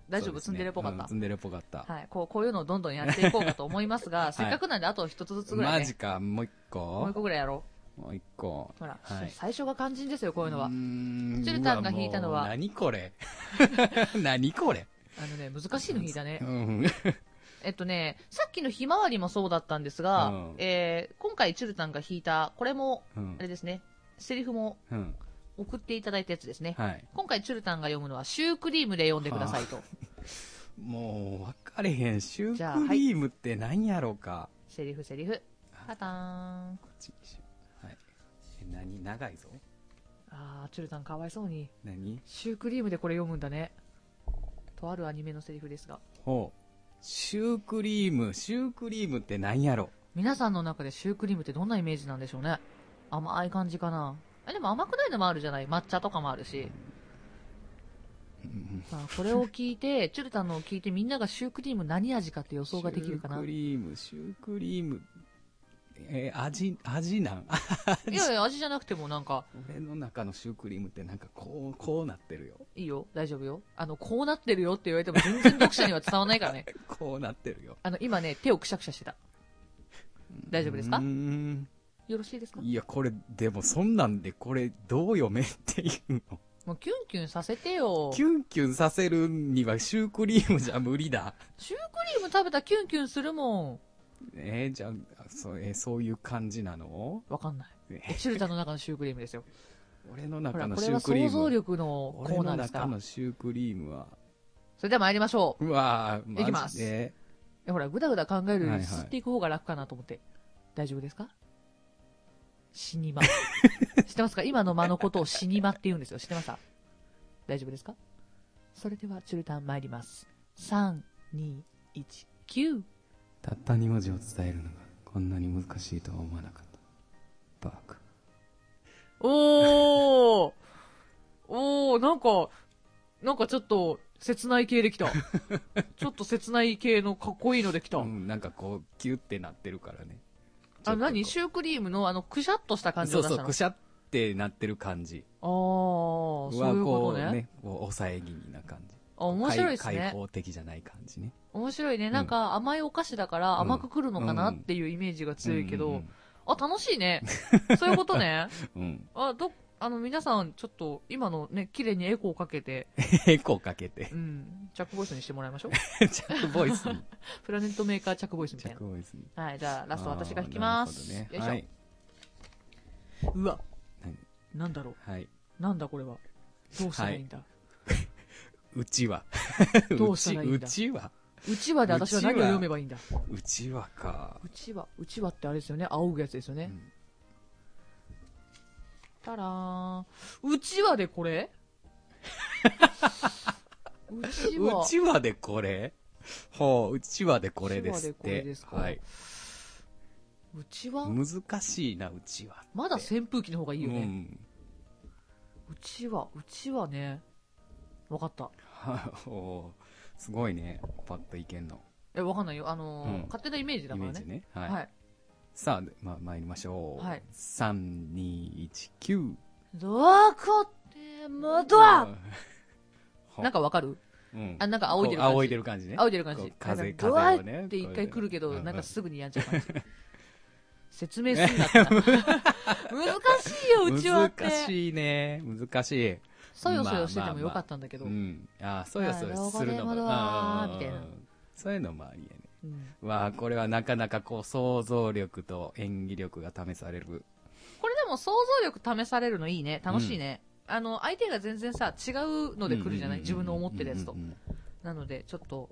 Speaker 1: 大丈夫
Speaker 2: そうです
Speaker 1: ツ
Speaker 2: ね
Speaker 1: ンデレっぽかっ
Speaker 2: うん
Speaker 1: た
Speaker 2: ツンデレっぽかった。
Speaker 1: はいこうこういうのをどんどんやっていこうかと思います
Speaker 2: [laughs]
Speaker 1: がせっかくなんであと一つずつぐらい
Speaker 2: マ
Speaker 1: ね
Speaker 2: ジか、もう一個
Speaker 1: もう一個ぐらいやろ
Speaker 2: もう一個
Speaker 1: う。ほら
Speaker 2: はい
Speaker 1: 最初が肝心ですよこういうのは
Speaker 2: ーん
Speaker 1: チュルタンが弾いたのは
Speaker 2: うわもう何
Speaker 1: [laughs]
Speaker 2: これ何これ
Speaker 1: あのね難しいの弾いたね
Speaker 2: うん。
Speaker 1: えっとね、さっきのひまわりもそうだったんですが、
Speaker 2: うん
Speaker 1: えー今回チュルタンが弾いた、これも、
Speaker 2: うん
Speaker 1: あれですね、セリフも
Speaker 2: うん。
Speaker 1: 送っていただいたやつですね。
Speaker 2: はい。
Speaker 1: 今回チュルタンが読むのは、シュークリームで読んでくださいと。
Speaker 2: もう、分かれへん。シュ
Speaker 1: じゃあ
Speaker 2: ークリームって何やろうか。
Speaker 1: セリフセリフ。パターン。
Speaker 2: こっちにしようはい。え何長いぞ。
Speaker 1: あー、チュルタンかわいそうに。
Speaker 2: 何
Speaker 1: シュークリームでこれ読むんだね。とあるアニメのセリフですが。
Speaker 2: ほう。シュークリーム、シュークリームって何やろ
Speaker 1: 皆さんの中でシュークリームってどんなイメージなんでしょうね。甘い感じかな。え、でも甘くないのもあるじゃない抹茶とかもあるし。
Speaker 2: うん
Speaker 1: まあ、これを聞いて、チュルタンのを聞いて、みんながシュークリーム何味かって予想ができるかな。
Speaker 2: シューク
Speaker 1: い
Speaker 2: リーム、シュークリーム。えー味、味なんあ
Speaker 1: やいや、味じゃなくてもなんか、
Speaker 2: 俺の中のシュークリームってなんかこう、こうなってるよ。
Speaker 1: いいよ、大丈夫よ。あの、こうなってるよって言われても全然読者には伝わらないからね。
Speaker 2: こうなってるよ。
Speaker 1: あの、今ね、手をくしゃくしゃしてた。大丈夫ですか
Speaker 2: うーん
Speaker 1: よろしいですか
Speaker 2: いや、これ、でもそんなんでこれどう読めっていう
Speaker 1: [laughs]
Speaker 2: の。
Speaker 1: もうキュンキュンさせてよ。
Speaker 2: キュンキュンさせるにはシュークリームじゃ無理だ。
Speaker 1: シュークリーム食べたらキュンキュンするも
Speaker 2: えーじゃあ、そう、えーそういう感じなの
Speaker 1: ん。わかんない。
Speaker 2: え
Speaker 1: えチュルタンの中のシュークリームですよ。
Speaker 2: 俺の
Speaker 1: ほ
Speaker 2: 中
Speaker 1: ら、
Speaker 2: の
Speaker 1: こ
Speaker 2: シ
Speaker 1: れ
Speaker 2: ュ
Speaker 1: は
Speaker 2: ークリ
Speaker 1: 想
Speaker 2: ーム。
Speaker 1: 像力のコ
Speaker 2: 俺
Speaker 1: ーナー
Speaker 2: の
Speaker 1: ですか
Speaker 2: 中
Speaker 1: ら
Speaker 2: の。シュークリームは。
Speaker 1: それでは参りましょう。
Speaker 2: うわぁ、マジで
Speaker 1: いきますいやほら、ぐだぐだ考えるよ
Speaker 2: はいは
Speaker 1: り
Speaker 2: い
Speaker 1: すっていく方が楽かなと思って。大丈夫ですか死にま。
Speaker 2: [laughs]
Speaker 1: 知ってますか今の間のことを死にまって言うんですよ。知ってました大丈夫ですかそれでは、チュルタン参ります。3、2、1、9。
Speaker 2: たった2文字を伝えるのがこんなに難しいとは思わなかった。バカ。
Speaker 1: おーおーなんか、なんかちょっと、切ない系で
Speaker 2: [laughs]
Speaker 1: きた。ちょっと切ない系のかっこいいのできた。
Speaker 2: うん、なんかこう、キュってなってるからね。
Speaker 1: あの、何
Speaker 2: ュ
Speaker 1: シュークリームのあの、くしゃっとした感じ
Speaker 2: そ
Speaker 1: を
Speaker 2: う
Speaker 1: 出
Speaker 2: そ
Speaker 1: し
Speaker 2: う、
Speaker 1: たの。
Speaker 2: くしゃってなってる感じ。
Speaker 1: あー、そういうことね。
Speaker 2: ね、こう、抑え気味な感じ。
Speaker 1: あ面白いです
Speaker 2: 開開
Speaker 1: ね。
Speaker 2: 放的じゃない感じね。
Speaker 1: 面白いね。
Speaker 2: ん
Speaker 1: なんか甘いお菓子だから
Speaker 2: うん
Speaker 1: 甘くくるのかなっていうイメージが強いけど、
Speaker 2: うん
Speaker 1: あ、楽しいね。
Speaker 2: [laughs]
Speaker 1: そういうことね。
Speaker 2: うんうん。うん
Speaker 1: あ、ど、あの皆さんちょっと今のね、綺麗にエコーをかけ
Speaker 2: [laughs]
Speaker 1: て、
Speaker 2: エコーかけて [laughs]
Speaker 1: う。ん、チャックボイスにしてもらいましょう。 [laughs]
Speaker 2: チャックボイスに。
Speaker 1: プラネットメーカーチャックボイスみ
Speaker 2: チ
Speaker 1: た
Speaker 2: ャ
Speaker 1: い
Speaker 2: ックボイスに。
Speaker 1: な。はい、じゃあラスト私が弾き
Speaker 2: あー
Speaker 1: ます。
Speaker 2: なるほ
Speaker 1: よいしょ、
Speaker 2: どね。はい。
Speaker 1: うわ、
Speaker 2: 何
Speaker 1: なんだろう。
Speaker 2: はい。
Speaker 1: なんだこれは。どうしたらいいんだ。
Speaker 2: うちは。
Speaker 1: [laughs] どうしたらいいんだ
Speaker 2: うちうちは。
Speaker 1: うちわで私は何を
Speaker 2: うちわ
Speaker 1: 読めばいいんだ。
Speaker 2: うちはか。
Speaker 1: うちわ、うちわってあれですよね。仰ぐやつですよね。
Speaker 2: うん
Speaker 1: たらーん。うちわでこ
Speaker 2: [laughs]
Speaker 1: れうちわ。
Speaker 2: うちわでこれほう、うちわでこれですっ
Speaker 1: うちわでこれで
Speaker 2: て
Speaker 1: す。か
Speaker 2: はい。
Speaker 1: うちわ
Speaker 2: 難しいな、うちわって。
Speaker 1: まだ扇風機の方がいいよ
Speaker 2: う
Speaker 1: ね。
Speaker 2: ん。
Speaker 1: うちわ、うちわね。わかった。
Speaker 2: は [laughs] おーすごいね。パッといけんの。
Speaker 1: え、わかんないよ。あのー
Speaker 2: うん
Speaker 1: 勝手なイメージだ
Speaker 2: イ
Speaker 1: か
Speaker 2: メ
Speaker 1: ら
Speaker 2: ージ
Speaker 1: ね。
Speaker 2: ね。
Speaker 1: はい、
Speaker 2: はい。さあ、でま、参りましょう。
Speaker 1: はい。
Speaker 2: 3、2、1、9。
Speaker 1: どこでもド
Speaker 2: [laughs]
Speaker 1: アなん
Speaker 2: か、
Speaker 1: かわかる
Speaker 2: うん
Speaker 1: あ、なんか仰いでる感じ。
Speaker 2: こう仰いでる感
Speaker 1: 仰いでる感
Speaker 2: じね。こ
Speaker 1: じ
Speaker 2: う。風、
Speaker 1: なんか
Speaker 2: 風
Speaker 1: ドア
Speaker 2: を
Speaker 1: っ
Speaker 2: ね。
Speaker 1: て一回来るけ
Speaker 2: こう
Speaker 1: ど、なんか
Speaker 2: う
Speaker 1: すぐにやんちゃう感じ。説明すんなって
Speaker 2: [laughs]
Speaker 1: な。難しいよ、うちわって。
Speaker 2: 難しいね。難しい。
Speaker 1: そよそよしててもよかったんだけど。
Speaker 2: うん。ああ、そうやそうや
Speaker 1: ああ
Speaker 2: するの
Speaker 1: どこでもド
Speaker 2: が
Speaker 1: ア
Speaker 2: うん
Speaker 1: みたいな
Speaker 2: そういうのもありえね。
Speaker 1: うん
Speaker 2: わあ、これはなかなかこう、想像力と演技力が試される。
Speaker 1: これでも想像力試されるのいいね。楽しいね。あの、相手が全然さ、違うので来るじゃない自分の思ってるやつと
Speaker 2: うん。うん
Speaker 1: なので、ちょっと、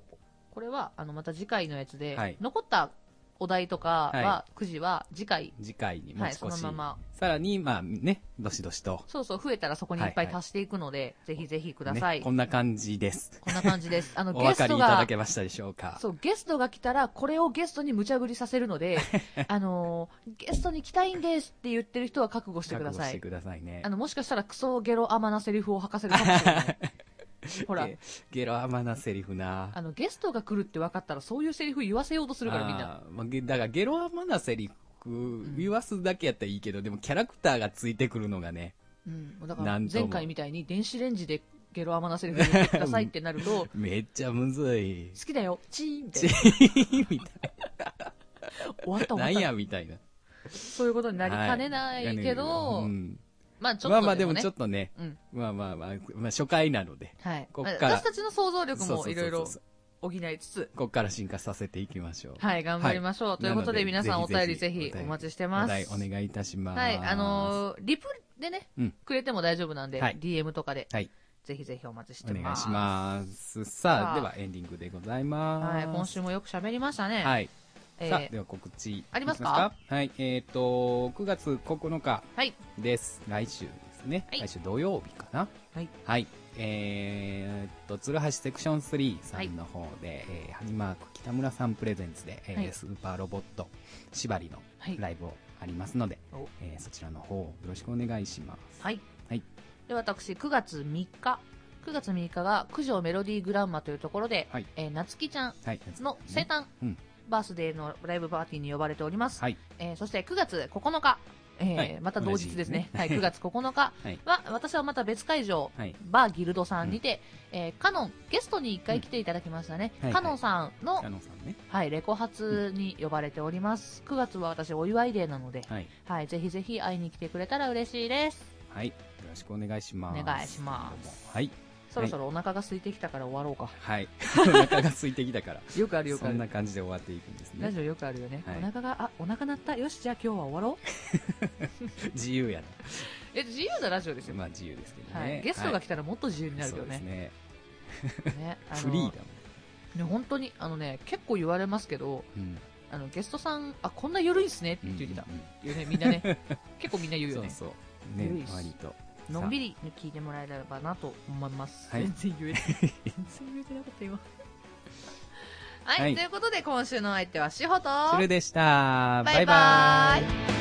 Speaker 1: これは、あの、また次回のやつで、
Speaker 2: はい
Speaker 1: 残ったお題とかは、
Speaker 2: は
Speaker 1: くじは次回、
Speaker 2: 次回に持
Speaker 1: は
Speaker 2: ち
Speaker 1: い、
Speaker 2: 越し。
Speaker 1: そのまま、
Speaker 2: さらに、まあね、どしどしと。
Speaker 1: そうそう、増えたらそこにいっぱい
Speaker 2: はいはい
Speaker 1: 足していくので、ぜひぜひく
Speaker 2: く
Speaker 1: ださい。
Speaker 2: こんな感じです。
Speaker 1: こんな感じです。あの、
Speaker 2: [laughs] お
Speaker 1: ゲ
Speaker 2: 分
Speaker 1: ス
Speaker 2: かり
Speaker 1: ト
Speaker 2: いた
Speaker 1: が
Speaker 2: だ、けましたでしょうか。
Speaker 1: そう、ゲストが来たら、これをゲストに無茶ぶりさせるので、
Speaker 2: [laughs]
Speaker 1: あのーゲストに来たいんですって言ってる人は覚悟してくだ
Speaker 2: 覚悟
Speaker 1: さ
Speaker 2: して
Speaker 1: い。
Speaker 2: くださいね [laughs]
Speaker 1: あ。の、もしかしたらクソゲロアマなセリフを吐かせるかもしれない。ほら
Speaker 2: ゲゲラマなセリフな
Speaker 1: あのゲストが来るって分かったらそういうセリフ言わせようとするからみんな
Speaker 2: あーまあげだからゲロアマなセリフ言わすだけやったらいいけど、でもキャラクターがついてくるのがね
Speaker 1: うん、だか
Speaker 2: な
Speaker 1: ら
Speaker 2: んとも
Speaker 1: 前回みたいに電子レンジでゲロ甘なセリフ言ってくださいってなる
Speaker 2: [laughs]
Speaker 1: と好
Speaker 2: めっちゃむずい
Speaker 1: きだよチーンって
Speaker 2: [laughs] みたい
Speaker 1: 終わった終
Speaker 2: [laughs] な
Speaker 1: わ
Speaker 2: ん
Speaker 1: った
Speaker 2: やみたいな
Speaker 1: そういうことになりかねないけど、
Speaker 2: はいうん
Speaker 1: まあちょっ
Speaker 2: まあ
Speaker 1: と
Speaker 2: まあ
Speaker 1: で
Speaker 2: で
Speaker 1: も
Speaker 2: も
Speaker 1: ね
Speaker 2: ちょっとね、
Speaker 1: うん
Speaker 2: まあまあまあ、まあ、初回なので
Speaker 1: はい、
Speaker 2: こっから
Speaker 1: 私たちの想像力
Speaker 2: そうそうそう
Speaker 1: も
Speaker 2: そう
Speaker 1: いろいろ補いつつ
Speaker 2: こっから進化させていきましょう
Speaker 1: はい頑張りましょう、
Speaker 2: い
Speaker 1: ということで
Speaker 2: なの
Speaker 1: 皆
Speaker 2: で
Speaker 1: さんお便り
Speaker 2: ぜ
Speaker 1: ぜ
Speaker 2: ひぜひ
Speaker 1: ひ
Speaker 2: お便り
Speaker 1: お待ちして
Speaker 2: お
Speaker 1: ます
Speaker 2: 題お願いいたします
Speaker 1: はいあのーリプでね、
Speaker 2: うん
Speaker 1: くれても大丈夫なんで、
Speaker 2: はい
Speaker 1: DM とかで、
Speaker 2: はい
Speaker 1: ぜひぜひお待ちして
Speaker 2: お願
Speaker 1: ま
Speaker 2: い
Speaker 1: す
Speaker 2: しますさ
Speaker 1: さ
Speaker 2: あ
Speaker 1: あ
Speaker 2: ではエンディングでございます
Speaker 1: はい、今週もよく喋りましたね、
Speaker 2: はい
Speaker 1: えー
Speaker 2: さあでは告知
Speaker 1: ありますか
Speaker 2: いはいえっ、と9月9日
Speaker 1: はい
Speaker 2: です来週ですね、
Speaker 1: はい
Speaker 2: 来週土曜日かな
Speaker 1: はい
Speaker 2: えーっと鶴橋セクション3さんの方で、えーハニマーク北村さんプレゼンツで、えー
Speaker 1: はい
Speaker 2: スーパーロボット縛りの
Speaker 1: はい
Speaker 2: ライブをありますので、
Speaker 1: お
Speaker 2: えーそちらの方よろしくお願いします
Speaker 1: はい。
Speaker 2: はい
Speaker 1: で、私、9月3日。9月3日が九条メロディーグランマというところで、
Speaker 2: はい
Speaker 1: えー夏希ちゃん
Speaker 2: はい
Speaker 1: の生誕、
Speaker 2: うん
Speaker 1: バースデーのライブパーティーに呼ばれております。
Speaker 2: はい
Speaker 1: えーそして9月9日、えー
Speaker 2: はい
Speaker 1: また同日ですね。
Speaker 2: 同
Speaker 1: は
Speaker 2: じ
Speaker 1: い、9
Speaker 2: ね
Speaker 1: 月9日
Speaker 2: [laughs] はい
Speaker 1: は、私はまた別会場、
Speaker 2: はい
Speaker 1: バーギルドさんにて、えーカノン、ゲストに1回来ていただきましたね。
Speaker 2: うんはい
Speaker 1: カノンさんの、
Speaker 2: あのさんね
Speaker 1: はい、レコ発に呼ばれております。9月は私お祝いデーなので、
Speaker 2: はい
Speaker 1: はい、ぜひぜひ会いに来てくれたら嬉しいです。
Speaker 2: はいよろしくお願いします
Speaker 1: お願いします
Speaker 2: どうもはい
Speaker 1: そろそろお腹が空いてきたから終わろう
Speaker 2: [laughs]
Speaker 1: か。
Speaker 2: はい
Speaker 1: [laughs]
Speaker 2: お腹が空いてきたから
Speaker 1: よくあるよく
Speaker 2: そ
Speaker 1: あ
Speaker 2: ん
Speaker 1: る
Speaker 2: な。感じで終わっていくんです
Speaker 1: ラ
Speaker 2: ね
Speaker 1: ジオよくあるよね。
Speaker 2: はい
Speaker 1: お腹が、あ、お腹鳴った。よし、じゃあ今日は終わ
Speaker 2: [laughs]
Speaker 1: ろう。
Speaker 2: 自由やな
Speaker 1: え、自由なラジオですよ。
Speaker 2: まあ自由ですけどね、
Speaker 1: はい。ゲストが
Speaker 2: 来
Speaker 1: 来たらもっと自由になるよね。
Speaker 2: ね
Speaker 1: ねあの
Speaker 2: フリーだ
Speaker 1: ね本当に、あのね、結構言われますけど、
Speaker 2: もん、うん
Speaker 1: あの、ゲストさん、あ、こんな緩いっすねって言ってた
Speaker 2: う。んうん
Speaker 1: よね、みんな
Speaker 2: [laughs]
Speaker 1: ね。結構みんな言うよ
Speaker 2: そう
Speaker 1: ね。
Speaker 2: そう
Speaker 1: ゆるい
Speaker 2: ね
Speaker 1: っす
Speaker 2: 割と
Speaker 1: のんびり聞いてもらえればなと思います。
Speaker 2: はい
Speaker 1: 全然言え
Speaker 2: [laughs]
Speaker 1: ない。全然言えてなかったよ。はい、
Speaker 2: はい
Speaker 1: ということで今週のお相手はしほと、
Speaker 2: それでした
Speaker 1: バイバ
Speaker 2: バイバ
Speaker 1: イ
Speaker 2: イ